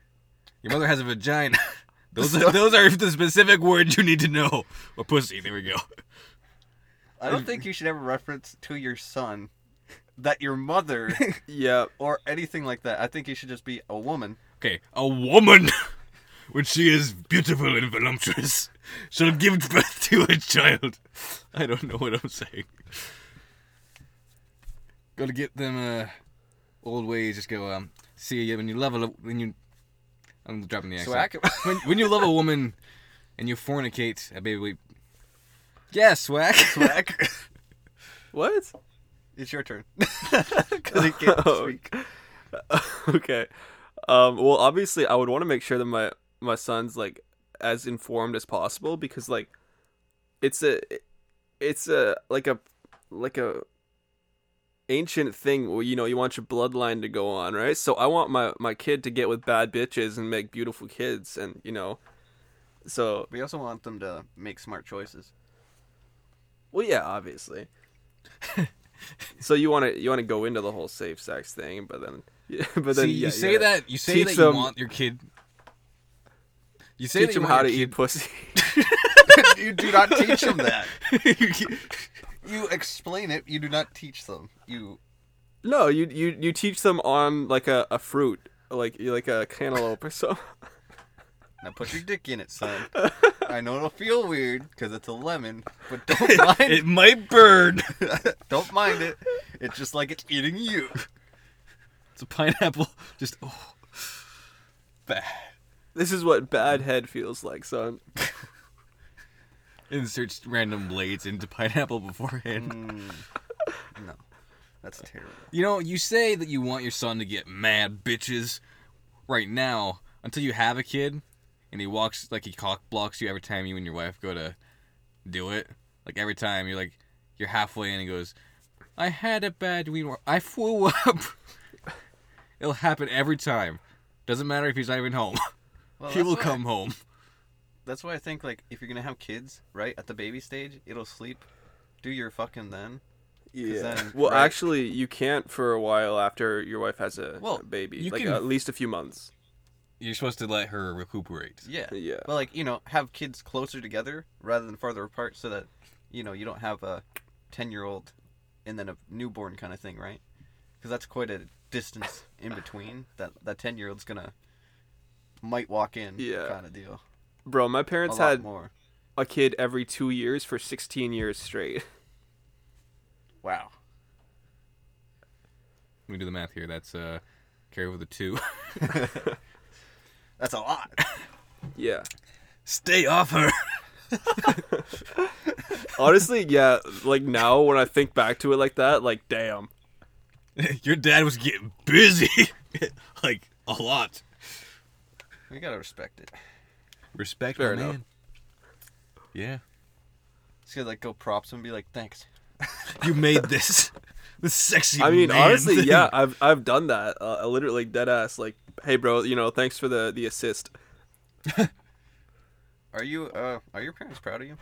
Speaker 3: Your mother has a vagina. Those are, those are the specific words you need to know. Or pussy. There we go.
Speaker 2: I don't think you should ever reference to your son that your mother
Speaker 1: Yeah,
Speaker 2: or anything like that. I think you should just be a woman.
Speaker 3: Okay, a woman, when she is beautiful and voluptuous, shall give birth to a child. I don't know what I'm saying. Gotta get them uh, old ways. Just go. Um, see, when you love a when you, I'm dropping the accent.
Speaker 2: Swag?
Speaker 3: when, when you love a woman and you fornicate a baby we yeah swag
Speaker 2: Black.
Speaker 1: what?
Speaker 2: it's your turn. Because he can't
Speaker 1: Oh,
Speaker 2: speak.
Speaker 1: okay. Um, well, obviously, I would want to make sure that my my son's like as informed as possible because like it's a it's a like a like a ancient thing where you know you want your bloodline to go on right so i want my my kid to get with bad bitches and make beautiful kids and you know so
Speaker 2: We also want them to make smart choices.
Speaker 1: well yeah obviously so you want to you want to go into the whole safe sex thing but then but then
Speaker 3: See,
Speaker 1: yeah,
Speaker 3: you say
Speaker 1: yeah.
Speaker 3: that you say
Speaker 1: Teach
Speaker 3: that
Speaker 1: them-
Speaker 3: you want your kid. You say
Speaker 1: teach
Speaker 3: that you
Speaker 1: them
Speaker 3: want
Speaker 1: how to
Speaker 3: your
Speaker 1: eat pussy
Speaker 2: you do not teach them that.
Speaker 3: kid- your kid-
Speaker 2: You explain it. You do not teach them. You
Speaker 1: No, you you you teach them on like a, a fruit, like like a cantaloupe or so.
Speaker 2: now put your dick in it, son. I know it'll feel weird because it's a lemon, but don't mind.
Speaker 4: It might burn.
Speaker 2: don't mind it. It's just like it's eating you.
Speaker 3: it's a pineapple. Just oh, bad.
Speaker 1: This is what bad head feels like, son.
Speaker 3: Inserts random blades into pineapple beforehand.
Speaker 2: Mm. No, that's terrible.
Speaker 3: You know, you say that you want your son to get mad bitches right now until you have a kid and he walks like he cock blocks you every time you and your wife go to do it. Like every time you're like you're halfway in and he goes, I had a bad wee wa- I flew up It'll happen every time. Doesn't matter if he's not even home.
Speaker 2: Well,
Speaker 3: he
Speaker 2: that's
Speaker 3: will
Speaker 2: why-
Speaker 3: come home.
Speaker 2: That's why I think like if you're gonna have kids, right at the baby stage, it'll sleep. Do your fucking then. then-
Speaker 1: well,
Speaker 2: right.
Speaker 1: actually, you can't for a while after your wife has a
Speaker 2: Well,
Speaker 1: a baby,
Speaker 3: you
Speaker 1: like
Speaker 3: can-
Speaker 1: at least a few months.
Speaker 3: You're supposed to let her recuperate.
Speaker 2: Yeah.
Speaker 1: Yeah.
Speaker 2: But like you know, have kids closer together rather than farther apart, so that you know you don't have a ten-year-old and then a newborn kind of thing, right? Because that's quite a distance in between. That that ten-year-old's gonna might walk in,
Speaker 1: Yeah.
Speaker 2: kind of deal.
Speaker 1: Bro, my
Speaker 2: A
Speaker 1: parents
Speaker 2: lot
Speaker 1: had
Speaker 2: more.
Speaker 1: a kid every two years for sixteen years straight.
Speaker 2: Wow.
Speaker 3: Let me do the math here. That's uh carry over the two.
Speaker 2: That's a lot.
Speaker 1: yeah.
Speaker 3: Stay off her.
Speaker 1: Honestly, yeah. Like now, when I think back to it like that, like damn.
Speaker 3: Your dad was getting busy, like a lot.
Speaker 2: we gotta respect it.
Speaker 3: Respect,
Speaker 1: Fair
Speaker 3: my
Speaker 1: enough.
Speaker 3: man. Yeah,
Speaker 2: Just gotta like go props and be like, thanks.
Speaker 3: you made this. The sexy.
Speaker 1: I mean,
Speaker 3: man
Speaker 1: honestly,
Speaker 3: thing.
Speaker 1: yeah, I've I've done that. Uh, I literally dead ass. Like, hey, bro, you know, thanks for the the assist.
Speaker 2: Are you? Uh, are your parents proud of you?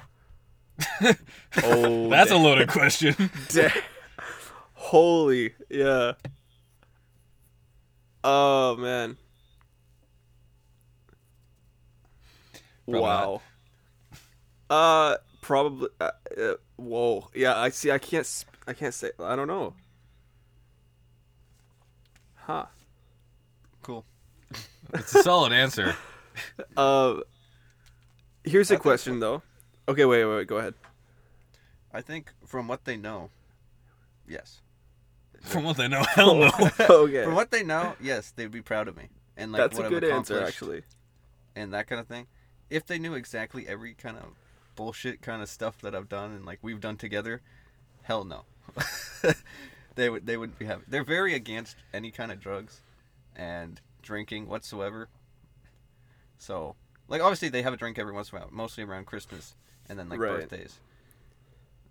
Speaker 1: Oh,
Speaker 3: That's a loaded question.
Speaker 1: Da- Holy, yeah. Oh man.
Speaker 3: Probably
Speaker 1: wow. Uh, probably. Uh, uh, whoa. Yeah, I see. I can't. s- I can't say. I don't know. Huh.
Speaker 2: Cool.
Speaker 3: it's a solid answer.
Speaker 1: Uh, here's a
Speaker 2: I think
Speaker 1: question though. Okay, wait, wait, wait. Go ahead.
Speaker 2: I think from what they know, yes.
Speaker 3: From what I know, hell no.
Speaker 1: okay.
Speaker 2: From what they know, yes, they'd be proud of me and like
Speaker 1: That's a
Speaker 2: what I've
Speaker 1: good answer,
Speaker 2: accomplished
Speaker 1: actually.
Speaker 2: and that kind of thing. If they knew exactly every kind of bullshit kind of stuff that I've done and like we've done together, hell no. they would they wouldn't be happy. They're very against any kind of drugs and drinking whatsoever. So, like obviously they have a drink every once in a while, mostly around Christmas and then like
Speaker 1: Right.
Speaker 2: birthdays.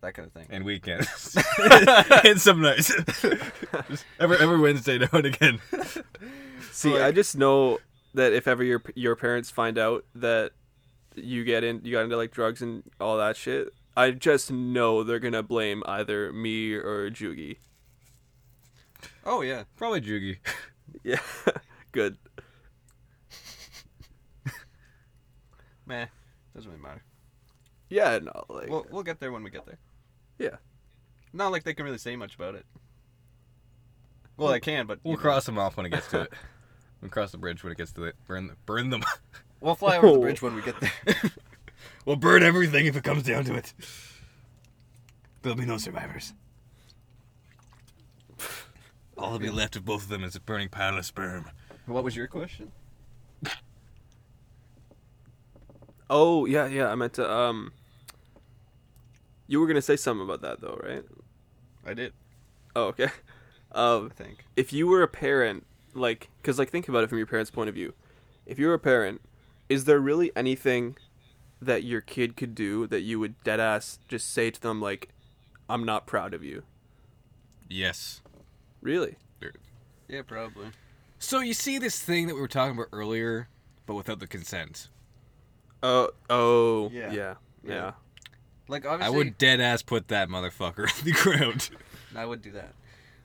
Speaker 2: That kind of thing.
Speaker 3: and weekends, and some nights. Just every every Wednesday now and again.
Speaker 1: See, I just know that if ever your your parents find out that you get in, you got into like drugs and all that shit, I just know they're gonna blame either me or Jugi.
Speaker 2: Oh yeah.
Speaker 3: Probably Joogie.
Speaker 1: Yeah, good.
Speaker 2: Meh. Doesn't really matter.
Speaker 1: Yeah, no, like
Speaker 2: We'll, we'll get there when we get there.
Speaker 1: Yeah.
Speaker 2: Not like they can really say much about it. Well, they can, but
Speaker 3: We'll
Speaker 2: you know.
Speaker 3: cross them off when it gets to it. We'll cross the bridge when it gets to it. Burn the, burn them.
Speaker 2: We'll fly over the
Speaker 1: Oh.
Speaker 2: bridge when we get there.
Speaker 3: We'll burn everything if it comes down to it. There'll be no survivors. All that'll be left of both of them is a burning pile of sperm.
Speaker 2: What was your question?
Speaker 1: oh yeah, yeah. I meant to um. You were gonna say something about that though, right?
Speaker 2: I did,
Speaker 1: Oh okay. Um,
Speaker 2: I think.
Speaker 1: if you were a parent, like, because like think about it from your parents' point of view. If you were a parent is there really anything that your kid could do that you would dead ass just say to them like, "I'm not proud of you"?
Speaker 3: Yes.
Speaker 1: Really?
Speaker 2: Yeah, probably.
Speaker 3: So you see this thing that we were talking about earlier, but without the consent.
Speaker 1: Oh, oh,
Speaker 2: Yeah.
Speaker 1: yeah, yeah.
Speaker 2: Yeah. Like obviously,
Speaker 3: I would dead ass put that motherfucker on the ground.
Speaker 2: I would do that.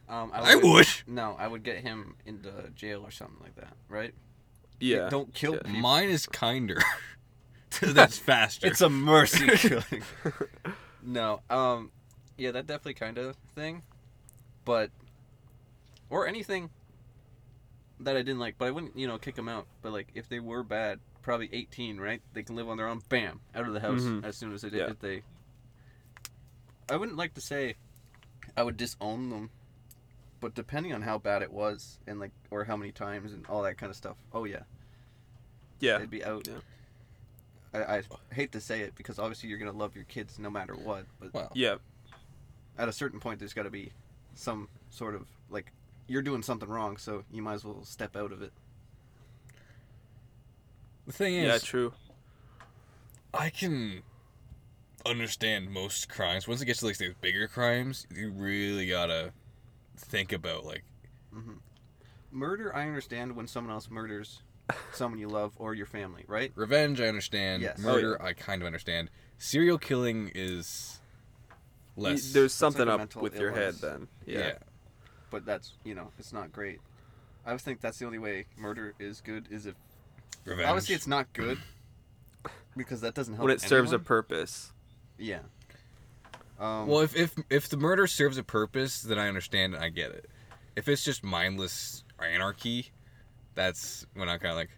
Speaker 2: Um,
Speaker 3: I would.
Speaker 2: No, I would get him into jail or something like that, right?
Speaker 1: Yeah.
Speaker 2: Don't kill. people.
Speaker 3: Mine is kinder. That's faster.
Speaker 2: It's a mercy killing. no, um, yeah, that definitely kind of thing, but or anything that I didn't like, but I wouldn't, you know, kick them out. But like, if they were bad, probably eighteen, right? They can live on their own. Bam, out of the house
Speaker 1: Mhm.
Speaker 2: as soon as they did.
Speaker 1: Yeah.
Speaker 2: If they, I wouldn't like to say, I would disown them, but depending on how bad it was and like or how many times and all that kind of stuff. Oh yeah,
Speaker 1: yeah.
Speaker 2: they'd be out.
Speaker 1: Yeah.
Speaker 2: I, I hate to say it because obviously you're gonna love your kids no matter what, but
Speaker 3: well,
Speaker 1: Yeah.
Speaker 2: at a certain point there's got to be some sort of like you're doing something wrong, so you might as well step out of it.
Speaker 3: the thing is,
Speaker 1: Yeah. True.
Speaker 3: I can understand most crimes. Once it gets to like these bigger crimes, you really gotta think about like
Speaker 2: Mm-hmm. Murder, I understand when someone else murders someone you love or your family, right?
Speaker 3: revenge. I understand.
Speaker 2: Yes. Oh,
Speaker 3: Murder, I kind of understand. Serial killing is
Speaker 1: Y-
Speaker 3: less.
Speaker 1: There's
Speaker 2: like
Speaker 1: something
Speaker 2: a
Speaker 1: up
Speaker 2: mental
Speaker 1: with your head
Speaker 2: illness.
Speaker 1: then. Yeah.
Speaker 2: But that's you know it's not great. I always think that's the only way murder is good is if
Speaker 3: revenge.
Speaker 2: obviously it's not good because that doesn't help
Speaker 1: When it serves a
Speaker 2: anyone.
Speaker 1: purpose.
Speaker 2: yeah. Um,
Speaker 3: Well, if, if if the murder serves a purpose, then I understand and I get it. If it's just mindless anarchy, that's when I'm kind of like,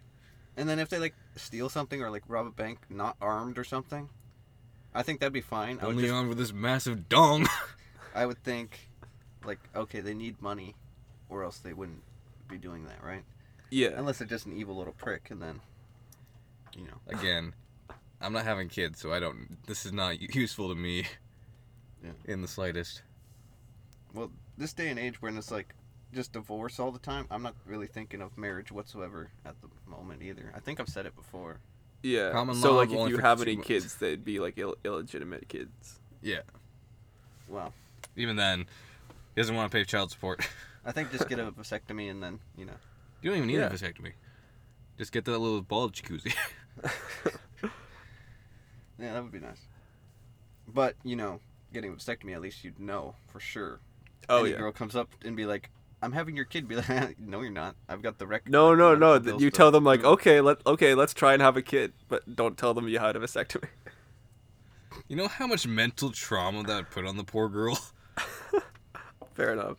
Speaker 2: And then if they like steal something or like rob a bank not armed or something, I think that'd be fine. I would
Speaker 3: only
Speaker 2: just,
Speaker 3: on with this massive dong.
Speaker 2: I would think like okay, they need money or else they wouldn't be doing that, right?
Speaker 1: Yeah.
Speaker 2: Unless they're just an evil little prick and then you know.
Speaker 3: Again, I'm not having kids, so I don't. This is not u- useful to me,
Speaker 2: Yeah.
Speaker 3: in the slightest.
Speaker 2: Well, this day and age when it's like just divorce all the time, I'm not really thinking of marriage whatsoever at the moment either. I think I've said it before.
Speaker 1: Yeah.
Speaker 3: Common
Speaker 1: so
Speaker 3: law
Speaker 1: like,
Speaker 3: only
Speaker 1: if you
Speaker 3: for
Speaker 1: have
Speaker 3: two
Speaker 1: any
Speaker 3: months.
Speaker 1: kids, they'd be like Ill- illegitimate kids.
Speaker 3: Yeah.
Speaker 2: Well,
Speaker 3: Even then, he doesn't want to pay child support.
Speaker 2: I think just get a vasectomy and then, you know.
Speaker 3: you don't even need
Speaker 1: Yeah.
Speaker 3: a vasectomy. Just get that little ball jacuzzi.
Speaker 2: Yeah, that would be nice. But, you know, getting a vasectomy at least you'd know for sure
Speaker 1: Oh
Speaker 2: Any
Speaker 1: yeah.
Speaker 2: girl comes up and be like, "I'm having your kid." Be like, "No, you're not. I've got the record."
Speaker 1: No, no,
Speaker 2: Like,
Speaker 1: no.
Speaker 2: the
Speaker 1: th-
Speaker 2: bill
Speaker 1: You
Speaker 2: still-
Speaker 1: tell them like, okay, let okay, let's try and have a kid, but don't tell them you had a vasectomy.
Speaker 3: you know how much mental trauma that would put on the poor girl.
Speaker 1: Fair enough.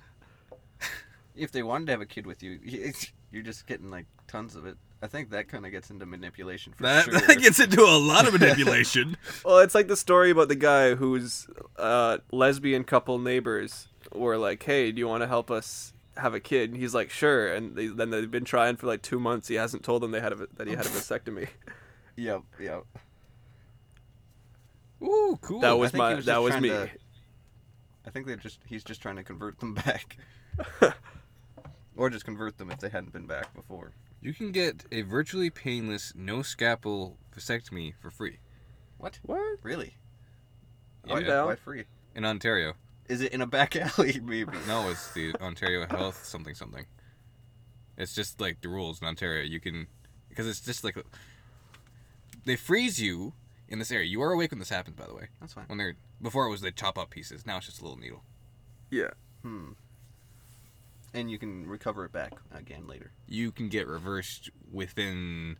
Speaker 2: if they wanted to have a kid with you, you're just getting like tons of it. I think that kind of gets into manipulation for
Speaker 3: That,
Speaker 2: sure.
Speaker 3: that gets into a lot of manipulation.
Speaker 1: Well, it's like the story about the guy whose uh, lesbian couple neighbors were like, "Hey, do you want to help us have a kid?" And he's like, "Sure." And they, then they've been trying for like two months. He hasn't told them they had a, that he had a vasectomy.
Speaker 2: yep, yep.
Speaker 3: Ooh, cool.
Speaker 1: that was
Speaker 2: think he
Speaker 1: my.
Speaker 2: was
Speaker 1: that
Speaker 2: just
Speaker 1: was
Speaker 2: trying
Speaker 1: me.
Speaker 2: to- I think they just he's just trying to convert them back, or just convert them if they hadn't been back before.
Speaker 3: You can get a virtually painless, no scalpel vasectomy for free
Speaker 2: What?
Speaker 1: What?
Speaker 2: Really?
Speaker 1: I'm
Speaker 2: Why-
Speaker 1: down.
Speaker 2: Why free?
Speaker 3: in Ontario.
Speaker 2: Is it in a back alley? Maybe.
Speaker 3: No, it's the Ontario Health something something. It's just like the rules in Ontario. You can, because it's just like they freeze you in this area. You are awake when this happens, by the way.
Speaker 2: That's fine.
Speaker 3: When they're before it was they chop up pieces. Now it's just a little needle.
Speaker 1: Yeah.
Speaker 2: Hmm. And you can recover it back again later.
Speaker 3: You can get reversed within,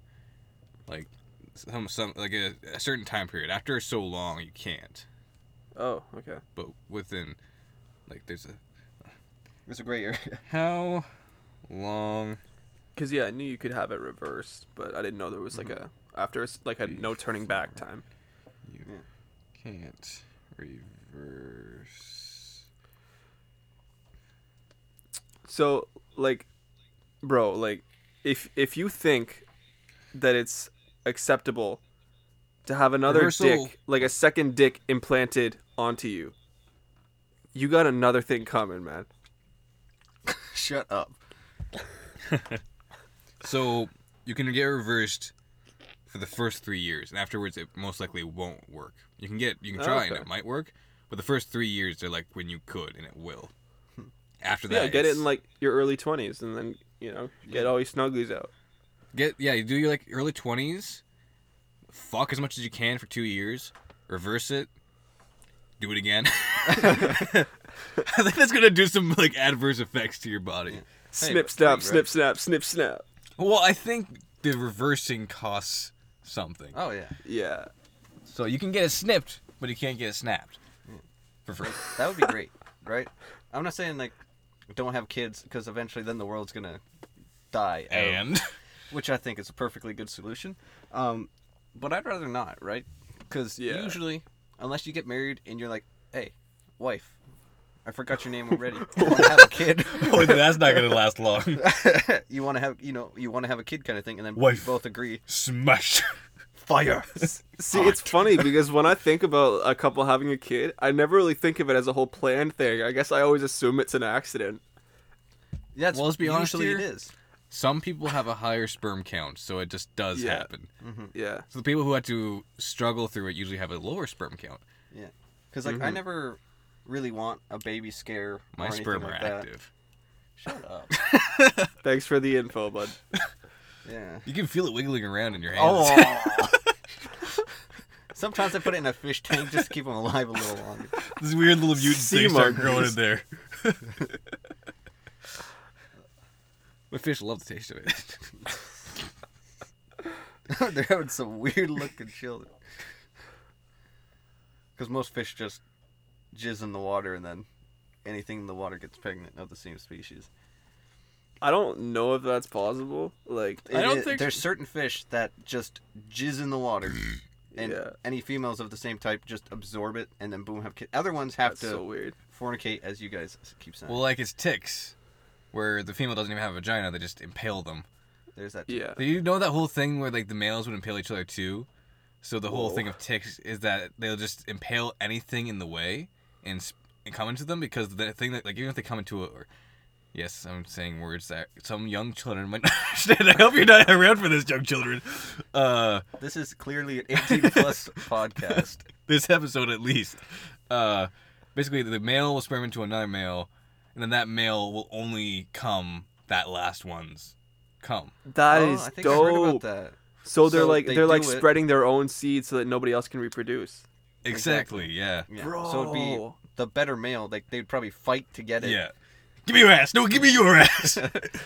Speaker 3: like, some some like a, a certain time period. After so long, you can't.
Speaker 1: Oh, okay.
Speaker 3: But within, like, there's a
Speaker 2: It's a gray area.
Speaker 3: How long?
Speaker 1: Because yeah, I knew you could have it reversed, but I didn't know there was like
Speaker 2: Mm-hmm.
Speaker 1: a after it's like a no turning back time.
Speaker 3: You
Speaker 2: Yeah.
Speaker 3: can't reverse.
Speaker 1: So like, bro, like if if you think that it's acceptable to have another
Speaker 3: Reversal-
Speaker 1: dick, like a second dick implanted onto you, you got another thing coming, man.
Speaker 2: Shut up.
Speaker 3: So you can get reversed for the first three years, and afterwards it most likely won't work. You can get you can
Speaker 1: Oh,
Speaker 3: try and
Speaker 1: okay.
Speaker 3: it might work, but the first three years are like when you could and it will. After that,
Speaker 1: Hmm. Yeah, get it
Speaker 3: it's-
Speaker 1: in like your early twenties, and then you know get all your snugglies out.
Speaker 3: get yeah you do your like early 20s fuck as much as you can for two years reverse it do it again i think that's gonna do some like adverse effects to your body
Speaker 1: Snip,
Speaker 2: that's
Speaker 1: snap,
Speaker 2: pretty
Speaker 1: snip, snap, snip, snap.
Speaker 3: well i think the reversing costs something
Speaker 2: Oh yeah,
Speaker 1: Yeah,
Speaker 3: so you can get it snipped but you can't get it snapped for free
Speaker 2: that would be great, right? I'm not saying like don't have kids because eventually then the world's gonna die, out,
Speaker 3: and
Speaker 2: which I think is a perfectly good solution. Um, but I'd rather not, right? Because
Speaker 1: Yeah.
Speaker 2: usually, unless you get married and you're like, hey, wife, I forgot your name already. You want to have a kid?
Speaker 3: oh, that's not gonna last long
Speaker 2: you want to have, you know, you want to have a kid kind of thing, and then
Speaker 3: Wife.
Speaker 2: we both agree.
Speaker 3: smashed
Speaker 2: Fire.
Speaker 1: See, it's funny because when I think about a couple having a kid, I never really think of it as a whole planned thing. I guess I always assume it's an accident.
Speaker 2: That's
Speaker 3: Well, let's be honest
Speaker 2: usually
Speaker 3: here.
Speaker 2: it is.
Speaker 3: some people have a higher sperm count so it just does
Speaker 1: Yeah.
Speaker 3: happen
Speaker 2: Mm-hmm.
Speaker 1: Yeah.
Speaker 3: So the people who had to struggle through it usually have a lower sperm count.
Speaker 2: Yeah, because like I never really want a baby scare. or
Speaker 3: Mm-hmm. My
Speaker 2: anything
Speaker 3: sperm
Speaker 2: like
Speaker 3: are
Speaker 2: that.
Speaker 3: active.
Speaker 2: Shut up.
Speaker 1: Thanks for the info, bud.
Speaker 2: Yeah.
Speaker 3: You can feel it wiggling around in your hands.
Speaker 2: Oh. Sometimes I put it in a fish tank just to keep them alive a little longer.
Speaker 3: this weird little mutant
Speaker 1: Sea
Speaker 3: thing start
Speaker 1: monkeys.
Speaker 3: growing in there. My fish love the taste of it.
Speaker 2: They're having some weird looking children. Because most fish just jizz in the water and then anything in the water gets pregnant of the same species.
Speaker 1: I don't know if that's possible. Like,
Speaker 3: I don't
Speaker 2: It- it-
Speaker 3: think-
Speaker 2: there's certain fish that just jizz in the water, and
Speaker 1: Yeah.
Speaker 2: any females of the same type just absorb it and then boom have kids. Other ones have
Speaker 1: that's
Speaker 2: to
Speaker 1: so weird.
Speaker 2: fornicate, as you guys keep saying.
Speaker 3: well, like it's ticks, where the female doesn't even have a vagina; they just impale them.
Speaker 2: there's that.
Speaker 1: Yeah.
Speaker 3: So you know that whole thing where like the males would impale each other too. So the whole
Speaker 1: Whoa.
Speaker 3: thing of ticks is that they'll just impale anything in the way and, sp- and come into them because the thing that like even if they come into it or yes I'm saying words that some young children might not understand. I hope you're not around for this, young children. Uh,
Speaker 2: This is clearly an 18 plus podcast.
Speaker 3: this episode at least. Uh, basically, the male will sperm into another male, and then that male will only come that last one's come.
Speaker 1: That
Speaker 2: Oh,
Speaker 1: is
Speaker 2: I think I heard about
Speaker 1: dope.
Speaker 2: that.
Speaker 1: So they're
Speaker 2: So
Speaker 1: like
Speaker 2: they
Speaker 1: they are like
Speaker 2: do it-
Speaker 1: spreading their own seed so that nobody else can reproduce.
Speaker 3: Exactly.
Speaker 2: Exactly.
Speaker 3: Yeah.
Speaker 2: Yeah. So it'd be
Speaker 1: Bro.
Speaker 2: the better male. Like they'd probably fight to get it.
Speaker 3: Yeah. Give me your ass. No, give me your ass.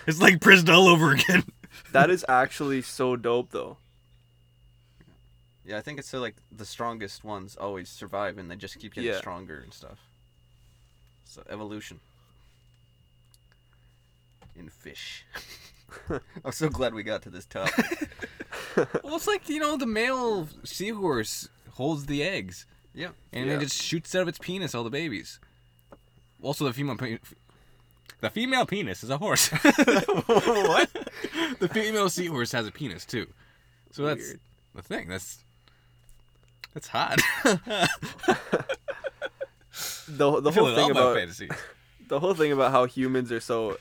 Speaker 3: it's like prison all over again.
Speaker 1: That is actually so dope, though.
Speaker 2: Yeah, I think it's so like the strongest ones always survive, and they just keep getting
Speaker 1: Yeah.
Speaker 2: stronger and stuff. So evolution. In fish. I'm so glad we got to this topic.
Speaker 3: Well, it's like, you know, the male seahorse holds the eggs
Speaker 2: yeah.
Speaker 3: and
Speaker 1: Yeah.
Speaker 3: it just shoots out of its penis all the babies. Also, the female pe- the female penis is a horse. what? The female seahorse has a penis too. So that's
Speaker 1: Weird.
Speaker 3: the thing. That's that's hot.
Speaker 1: The the whole
Speaker 3: Filling all
Speaker 1: thing
Speaker 3: my
Speaker 1: about
Speaker 3: fantasies.
Speaker 1: the whole thing about how humans are so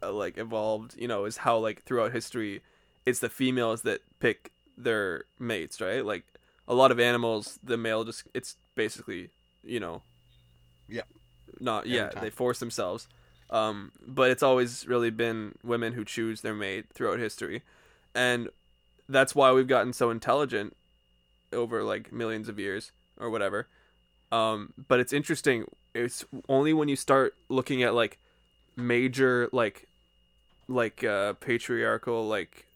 Speaker 1: uh, like evolved, you know, is how like throughout history, it's the females that pick their mates, right? Like a lot of animals, the male just it's basically you know,
Speaker 2: Yeah.
Speaker 1: not yeah
Speaker 2: time.
Speaker 1: they force themselves, um, but it's always really been women who choose their mate throughout history, and that's why we've gotten so intelligent over like millions of years or whatever. Um, but it's interesting. It's only when you start looking at like major like like uh, patriarchal like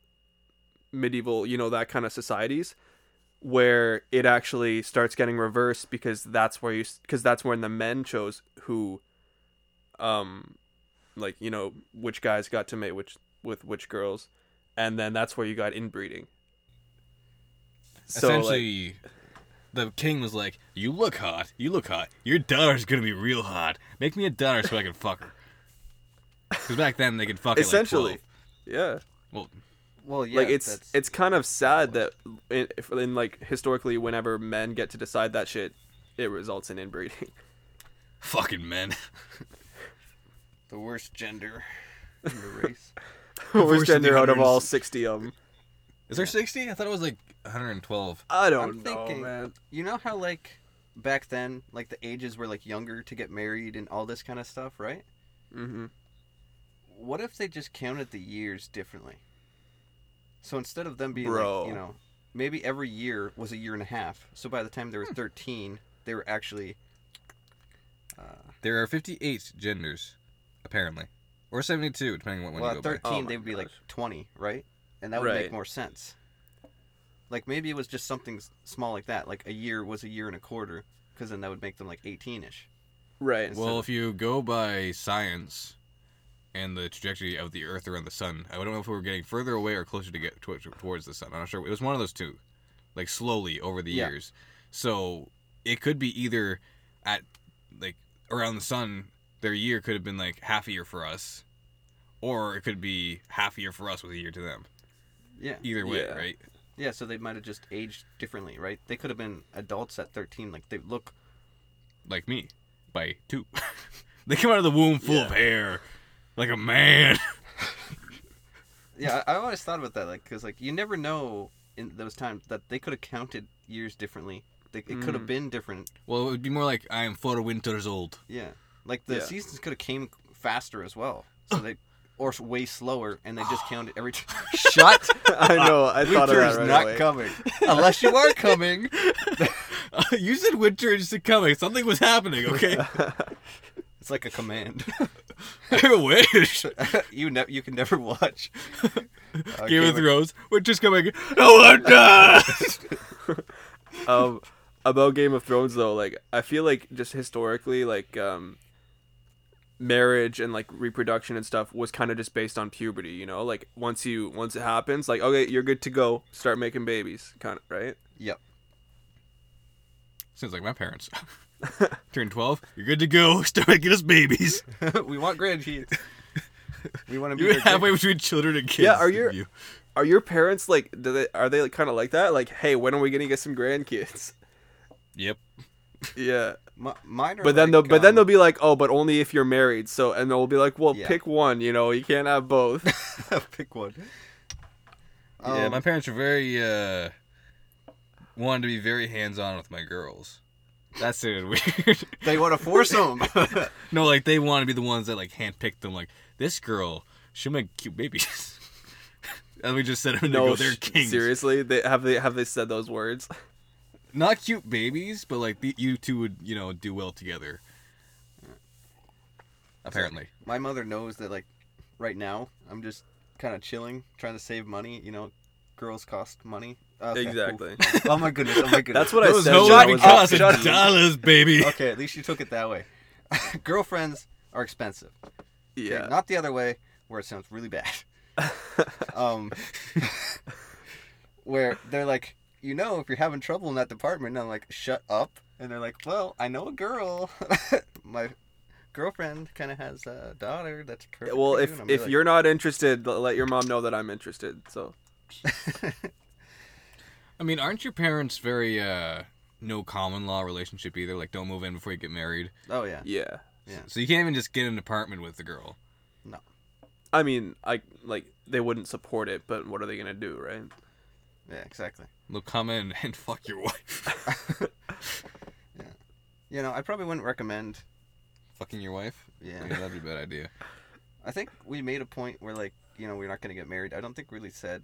Speaker 1: medieval you know that kind of societies where it actually starts getting reversed because that's where you because that's when the men chose who um like you know which guys got to mate which with which girls and then that's where you got inbreeding so like,
Speaker 3: essentially the king was like you look hot you look hot your daughter's gonna be real hot make me a daughter so i can fuck her because back then they could fuck at, like,
Speaker 1: essentially
Speaker 3: 12.
Speaker 1: yeah
Speaker 3: well
Speaker 2: Well, yeah.
Speaker 1: like it's
Speaker 2: that's-
Speaker 1: it's kind of sad that in, if, in like historically whenever men get to decide that shit it results in inbreeding
Speaker 3: fucking men
Speaker 2: the worst gender in the race.
Speaker 1: worst
Speaker 3: Worst in the
Speaker 1: gender out of all
Speaker 3: hundreds.
Speaker 1: 60 of them
Speaker 3: Is there 60? I thought it was like 112.
Speaker 1: I don't
Speaker 2: I'm
Speaker 1: know,
Speaker 2: thinking-
Speaker 1: man.
Speaker 2: You know how like back then, like the ages were like younger to get married and all this kind of stuff, right?
Speaker 1: Mm-hmm.
Speaker 2: What if they just counted the years differently? So instead of them being
Speaker 1: Bro.
Speaker 2: like, you know, maybe every year was a year and a half. So by the time they
Speaker 1: Hmm.
Speaker 2: were 13, they were actually
Speaker 3: There are 58 genders, apparently. Or 72, depending on what one
Speaker 2: well,
Speaker 3: you
Speaker 2: at
Speaker 3: go by.
Speaker 2: 13
Speaker 1: Oh
Speaker 2: they
Speaker 1: my
Speaker 2: would be like
Speaker 1: gosh.
Speaker 2: 20, right? And that would
Speaker 1: Right.
Speaker 2: make more sense. Like maybe it was just something s- small like that, like a year was a year and a quarter, because then that would make them like 18ish.
Speaker 1: Right.
Speaker 3: Well, if you go by science and the trajectory of the Earth around the Sun, I don't know if we were getting further away or closer to get to, towards the Sun. I'm not sure. It was one of those two, like slowly over the
Speaker 2: Yeah.
Speaker 3: years. So it could be either at like around the Sun, their year could have been like half a year for us, or it could be half a year for us with a year to them.
Speaker 2: Yeah.
Speaker 3: Either way,
Speaker 1: Yeah.
Speaker 3: right?
Speaker 2: Yeah, so they might have just aged differently, right? They could have been adults at 13. Like, they look.
Speaker 3: Like me, by two. they come out of the womb full of hair, like a man.
Speaker 2: Yeah, I, I always thought about that, like, because, like, you never know in those times that they could have counted years differently. They, it could
Speaker 1: Mm.
Speaker 2: have been different.
Speaker 3: well, it would be more like I am four winters old.
Speaker 2: Yeah. Like, the
Speaker 1: Yeah.
Speaker 2: seasons could have came faster as well. So they. Or way slower, and they just counted every time.
Speaker 1: shut. I know. I thought of that
Speaker 2: Winter's
Speaker 1: right
Speaker 2: not
Speaker 1: away.
Speaker 2: coming. Unless you are coming.
Speaker 3: you said winter is coming. Something was happening, okay?
Speaker 2: It's like a command.
Speaker 3: I wish.
Speaker 2: you ne- you can never watch. Uh,
Speaker 3: Game of Thrones, winter's coming. No one does!
Speaker 1: um, about Game of Thrones though, like I feel like just historically, like um, marriage and like reproduction and stuff was kind of just based on puberty. You know, like once you once it happens, like okay, you're good to go. Start making babies, kind of right.
Speaker 2: Yep.
Speaker 3: Sounds like my parents. Turn 12, you're good to go. Start making us babies.
Speaker 2: we want grandkids. We want to be
Speaker 3: You're
Speaker 2: their
Speaker 3: halfway between children and kids.
Speaker 1: Yeah, are your-
Speaker 3: you-
Speaker 1: Are your parents like? Do they are they like, kind of like that? Like, hey, when are we gonna get some grandkids?
Speaker 3: Yep.
Speaker 1: yeah,
Speaker 2: Mi- mine are
Speaker 1: but then they'll
Speaker 2: like,
Speaker 1: but then they'll
Speaker 2: um,
Speaker 1: be like, oh, but only if you're married. So and they'll be like, well,
Speaker 2: Yeah.
Speaker 1: pick one. You know, you can't have both.
Speaker 2: um, pick one.
Speaker 3: yeah,
Speaker 2: Um,
Speaker 3: my parents were very, uh, wanted to be very hands on with my girls. That sounded weird.
Speaker 2: they want to force them.
Speaker 3: No, like they want to be the ones that like handpick them. Like this girl, she'll make cute babies. and we just said them no,
Speaker 1: no,
Speaker 3: go, they're
Speaker 1: sh-
Speaker 3: kings.
Speaker 1: seriously, they have they have they said those words?
Speaker 3: Not cute babies, but like the, you two would you know do well together. Apparently,
Speaker 2: my mother knows that like right now I'm just kind of chilling, trying to save money. You know, girls cost money. Uh, okay,
Speaker 1: Exactly.
Speaker 2: cool. Oh my goodness! Oh my goodness!
Speaker 1: That's what I
Speaker 3: those
Speaker 1: said.
Speaker 3: no
Speaker 1: when I
Speaker 3: one
Speaker 1: was up-
Speaker 3: costs
Speaker 1: Shut up.
Speaker 3: dollars, baby.
Speaker 2: okay, at least you took it that way. Girlfriends are expensive. Okay,
Speaker 1: Yeah.
Speaker 2: Not the other way, where it sounds really bad. um, where they're like, you know, if you're having trouble in that department, and I'm like, shut up. And they're like, well, I know a girl. My girlfriend kind of has a daughter that's perfect.
Speaker 1: Well,
Speaker 2: for you,"
Speaker 1: if
Speaker 2: and I'll be
Speaker 1: if
Speaker 2: like,
Speaker 1: you're not interested, l- let your mom know that I'm interested. So
Speaker 3: I mean, aren't your parents very uh no common law relationship either? Like, don't move in before you get married,
Speaker 2: oh yeah,
Speaker 1: yeah,
Speaker 3: so you can't even just get an apartment with the girl.
Speaker 1: I mean, I like they wouldn't support it, but what are they gonna do, right?
Speaker 2: yeah, exactly.
Speaker 3: They'll come in and fuck your wife.
Speaker 2: You know, I probably wouldn't recommend.
Speaker 3: Fucking your wife?
Speaker 2: Yeah,
Speaker 3: yeah that'd be a bad idea.
Speaker 2: I think we made a point where like you know we're not gonna get married. I don't think really said.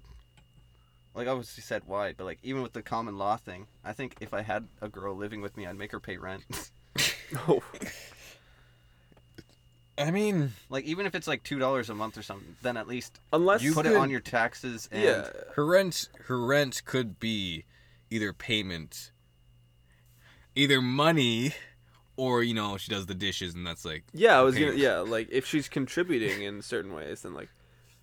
Speaker 2: Like obviously said why, but like even with the common law thing, I think if I had a girl living with me, I'd make her pay rent.
Speaker 1: Oh,
Speaker 3: I mean,
Speaker 2: Like even if it's like two dollars a month or something, then at least
Speaker 1: unless
Speaker 2: you put it
Speaker 1: could-
Speaker 2: on your taxes and
Speaker 1: yeah.
Speaker 3: her rent her rent could be either payment either money or you know she does the dishes and that's like
Speaker 1: Yeah, I was
Speaker 3: Okay.
Speaker 1: gonna. Yeah, like if she's contributing in certain ways, then like,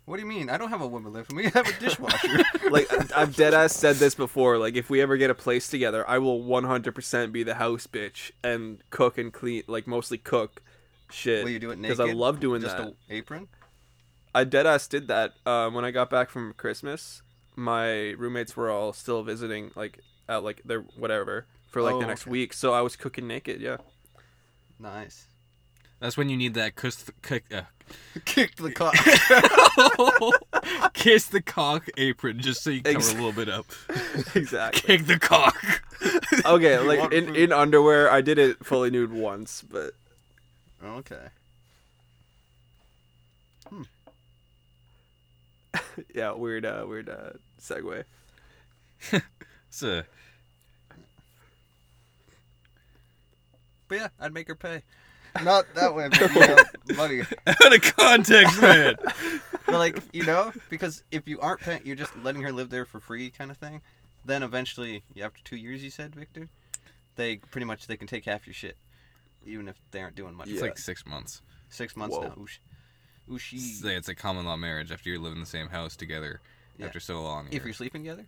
Speaker 2: What do you mean? I don't have a woman living with me. I have a dishwasher.
Speaker 1: like I- I've dead ass said this before. Like if we ever get a place together, I will 100% be the house bitch and cook and clean, like mostly cook shit.
Speaker 2: Will you do it naked?
Speaker 1: Because I love doing
Speaker 2: Just
Speaker 1: that.
Speaker 2: a apron.
Speaker 1: I dead ass did that um, when I got back from Christmas. My roommates were all still visiting, like at like their whatever for like the
Speaker 2: Oh,
Speaker 1: next
Speaker 2: okay.
Speaker 1: week. So I was cooking naked. Yeah,
Speaker 2: Nice.
Speaker 3: that's when you need that cuss, cook, uh,
Speaker 2: Kicked the cock.
Speaker 3: kiss the cock apron just so you cover
Speaker 1: Ex-
Speaker 3: a little bit up.
Speaker 1: exactly.
Speaker 3: Kick the cock.
Speaker 1: Okay,
Speaker 2: You
Speaker 1: like
Speaker 2: want
Speaker 1: in,
Speaker 2: food.
Speaker 1: in underwear, I did it fully nude once, but
Speaker 2: Okay.
Speaker 1: yeah, weird, uh, weird uh, segue.
Speaker 3: It's a-
Speaker 2: But yeah, I'd make her pay. Not that way, but you know, money.
Speaker 3: out of context, man.
Speaker 2: But like, you know, because if you aren't paying, you're just letting her live there for free, kind of thing. Then eventually, after two years, you said, Victor, they pretty much they can take half your shit, even if they aren't doing much.
Speaker 1: Yeah.
Speaker 3: It's like six months.
Speaker 2: six months
Speaker 1: Whoa.
Speaker 2: now. Oosh. Ooshy.
Speaker 3: It's like- it's a common law marriage after you live in the same house together
Speaker 2: Yeah.
Speaker 3: after so long.
Speaker 2: If
Speaker 3: or
Speaker 2: you're sleeping together,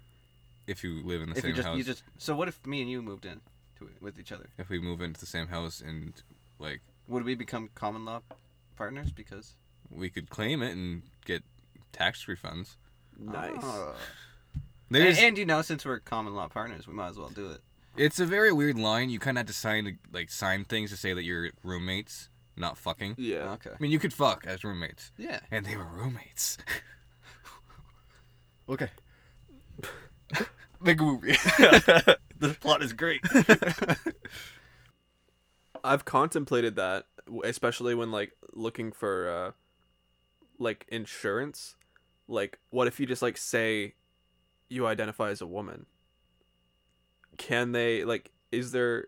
Speaker 3: if you live in the
Speaker 2: if
Speaker 3: same
Speaker 2: you just
Speaker 3: house,
Speaker 2: you just so what if me and you moved in to it with each other?
Speaker 3: if we move into the same house and like
Speaker 2: Would we become common law partners? Because
Speaker 3: we could claim it and get tax refunds.
Speaker 1: Nice.
Speaker 2: Oh.
Speaker 3: There's,
Speaker 2: And, and you know, since we're common law partners, we might as well do it.
Speaker 3: it's a very weird line. You kind of have to sign like sign things to say that you're roommates, not fucking.
Speaker 1: Yeah.
Speaker 2: Okay.
Speaker 3: I mean, you could fuck as roommates,
Speaker 2: Yeah.
Speaker 3: and they were roommates.
Speaker 2: Okay. Make a movie. the plot is great.
Speaker 1: I've contemplated that, w- especially when like looking for uh like insurance. Like, what if you just like say you identify as a woman? Can they like? Is there?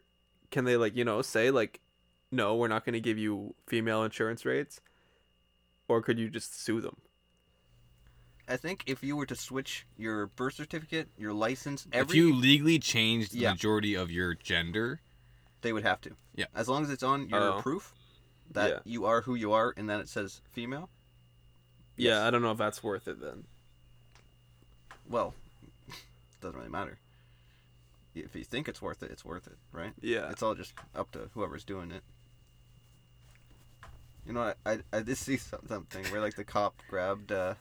Speaker 1: Can they like you know say like, no, we're not going to give you female insurance rates, or could you just sue them?
Speaker 2: I think if you were to switch your birth certificate, your license, every
Speaker 3: If you legally changed the
Speaker 2: Yeah.
Speaker 3: majority of your gender,
Speaker 2: they would have to.
Speaker 3: Yeah.
Speaker 2: As long as it's on your
Speaker 1: Oh.
Speaker 2: proof that
Speaker 1: Yeah.
Speaker 2: you are who you are, and then it says female.
Speaker 1: Yeah, I don't know if that's worth it then.
Speaker 2: Well, doesn't really matter. If you think it's worth it, it's worth it, right?
Speaker 1: Yeah.
Speaker 2: It's all just up to whoever's doing it. You know, I, I, I did see some- something where like the cop grabbed, uh,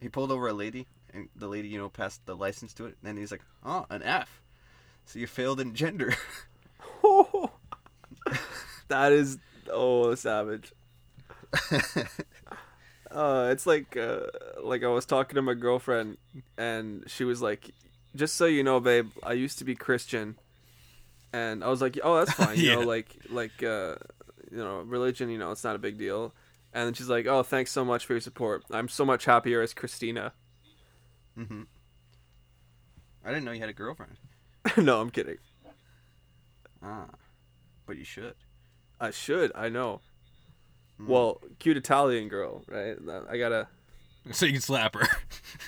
Speaker 2: he pulled over a lady, and the lady, you know, passed the license to it, and he's like, "Oh, an F, so you failed in gender."
Speaker 1: that is oh savage. uh, it's like uh, like I was talking to my girlfriend, and she was like, "Just so you know, babe, I used to be Christian," and I was like, "Oh, that's fine, you know,
Speaker 3: Yeah.
Speaker 1: like like uh, you know, religion, you know, it's not a big deal." And then she's like, "Oh, thanks so much for your support. I'm so much happier as Christina."
Speaker 2: hmm I didn't know you had a girlfriend.
Speaker 1: no, I'm kidding.
Speaker 2: Ah, but you should.
Speaker 1: I should. I know. Well, cute Italian girl, right? I gotta.
Speaker 3: so you can slap her.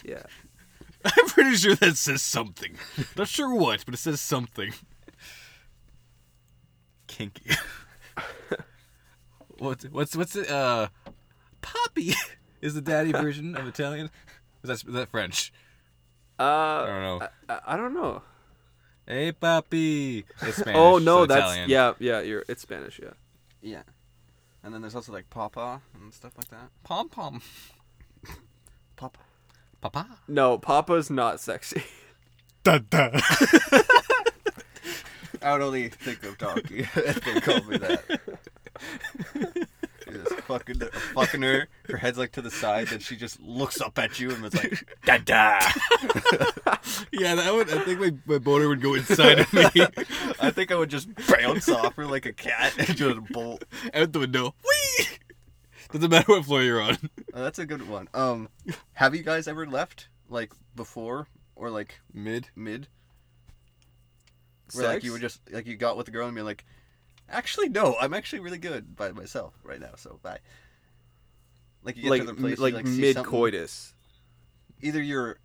Speaker 1: Yeah.
Speaker 3: I'm pretty sure that says something. Not sure what, but it says something. Kinky. what's what's what's it? Uh, poppy is the daddy version of Italian. Is that is that French? I
Speaker 1: Uh,
Speaker 3: don't know.
Speaker 1: I, I don't know.
Speaker 3: Hey, poppy. It's Spanish.
Speaker 1: oh no,
Speaker 3: so
Speaker 1: that's
Speaker 3: Italian.
Speaker 1: yeah, yeah. You're it's Spanish, yeah.
Speaker 2: Yeah. And then there's also like Papa and stuff like that.
Speaker 3: Pom pom.
Speaker 2: Papa.
Speaker 3: Papa.
Speaker 1: No, Papa's not sexy.
Speaker 3: Da da.
Speaker 2: I would only think of donkey if they called me that. You're just fucking, fucking her. Her head's like to the side, then she just looks up at you and it's like,
Speaker 4: Da da.
Speaker 3: yeah, that would. I think my my boner would go inside of me
Speaker 2: I think I would just bounce off her like a cat and just bolt.
Speaker 3: out the window. Whee! Doesn't matter what floor you're on.
Speaker 2: Oh, that's a good one. Um, have you guys ever left like before or like
Speaker 3: Mid.
Speaker 2: mid? Where like you were just like you got with the girl and be like, actually no, I'm actually really good by myself right now. So bye. Like you get
Speaker 1: like
Speaker 2: to the place,
Speaker 1: like,
Speaker 2: you, like see
Speaker 1: mid
Speaker 2: something-
Speaker 1: coitus.
Speaker 2: Either you're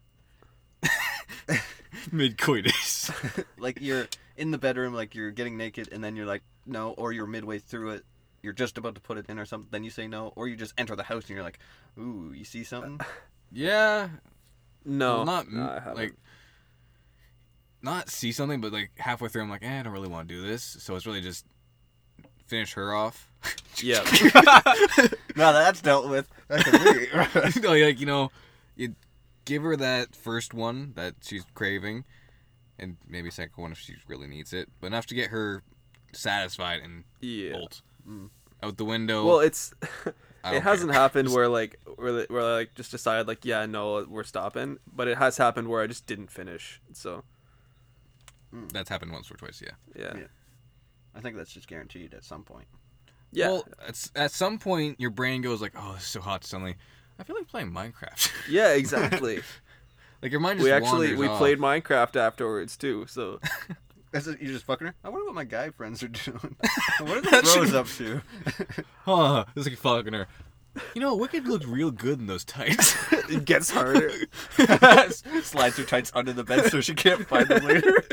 Speaker 3: Mid coitus.
Speaker 2: like you're in the bedroom, like you're getting naked, and then you're like no, or you're midway through it, you're just about to put it in or something, then you say no, or you just enter the house and you're like, ooh, you see something?
Speaker 3: Yeah,
Speaker 1: No,
Speaker 3: well, not
Speaker 1: no, I haven't.
Speaker 3: like not see something, but like halfway through, I'm like, eh, I don't really want to do this. So it's really just finish her off.
Speaker 1: yeah,
Speaker 2: no, that's dealt with. That's a me.
Speaker 3: you know, like you know, you give her that first one that she's craving, and maybe second one if she really needs it, but enough to get her satisfied and
Speaker 1: yeah. Mm.
Speaker 3: bolt out the window.
Speaker 1: Well, it's
Speaker 3: I
Speaker 1: it
Speaker 3: don't
Speaker 1: hasn't
Speaker 3: care.
Speaker 1: happened where like where, where I like just decided like yeah no we're stopping, but it has happened where I just didn't finish. So
Speaker 3: That's happened once or twice, yeah.
Speaker 1: yeah,
Speaker 2: Yeah. I think that's just guaranteed at some point.
Speaker 1: yeah,
Speaker 3: Well, it's, at some point, your brain goes like, "Oh, this is so hot." Suddenly, I feel like playing Minecraft.
Speaker 1: yeah exactly.
Speaker 3: like your mind just
Speaker 1: we actually
Speaker 3: wanders
Speaker 1: we
Speaker 3: off.
Speaker 1: played Minecraft afterwards too. So
Speaker 2: That's it, you're just fucking her. I wonder what my guy friends are doing. what are the
Speaker 3: That
Speaker 2: bros
Speaker 3: should-
Speaker 2: up to?
Speaker 3: Huh? This is like fucking her. You know, Wicked looked real good in those tights.
Speaker 1: it gets harder.
Speaker 2: Slides her tights under the bed so she can't find them later.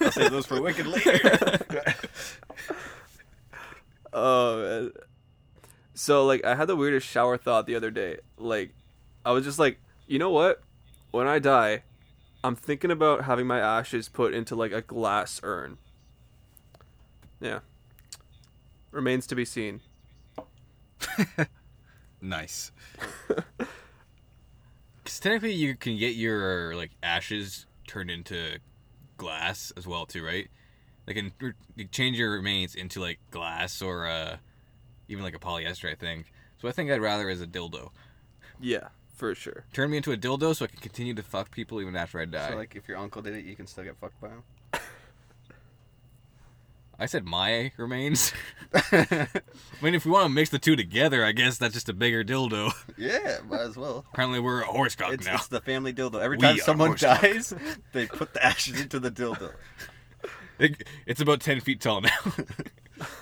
Speaker 2: I'll save those for Wicked later.
Speaker 1: Oh man. So like I had the weirdest shower thought the other day. Like I was just like, you know what? When I die, I'm thinking about having my ashes put into like a glass urn. Yeah. Remains to be seen.
Speaker 3: nice. Because technically, you can get your like ashes turned into glass as well, too, right? They can you change your remains into like glass or uh, even like a polyester, I think. So I think I'd rather as a dildo.
Speaker 1: Yeah, for sure.
Speaker 3: Turn me into a dildo so I can continue to fuck people even after I die.
Speaker 2: so, like, if your uncle did it, you can still get fucked by him.
Speaker 3: I said my remains. I mean, if we want to mix the two together, I guess that's just a bigger dildo.
Speaker 2: Yeah, might as well.
Speaker 3: Apparently, we're a horse cock
Speaker 2: It's,
Speaker 3: now.
Speaker 2: it's the family dildo. Every
Speaker 3: We
Speaker 2: time
Speaker 3: are
Speaker 2: someone
Speaker 3: horse cock.
Speaker 2: dies, they put the ashes into the dildo.
Speaker 3: It- it's about ten feet tall now.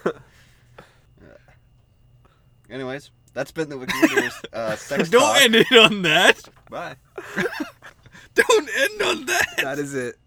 Speaker 2: Anyways, that's been the Wikimedia's uh, sex
Speaker 3: Don't
Speaker 2: talk.
Speaker 3: end it on that.
Speaker 2: Bye.
Speaker 3: Don't end on that.
Speaker 1: That is it.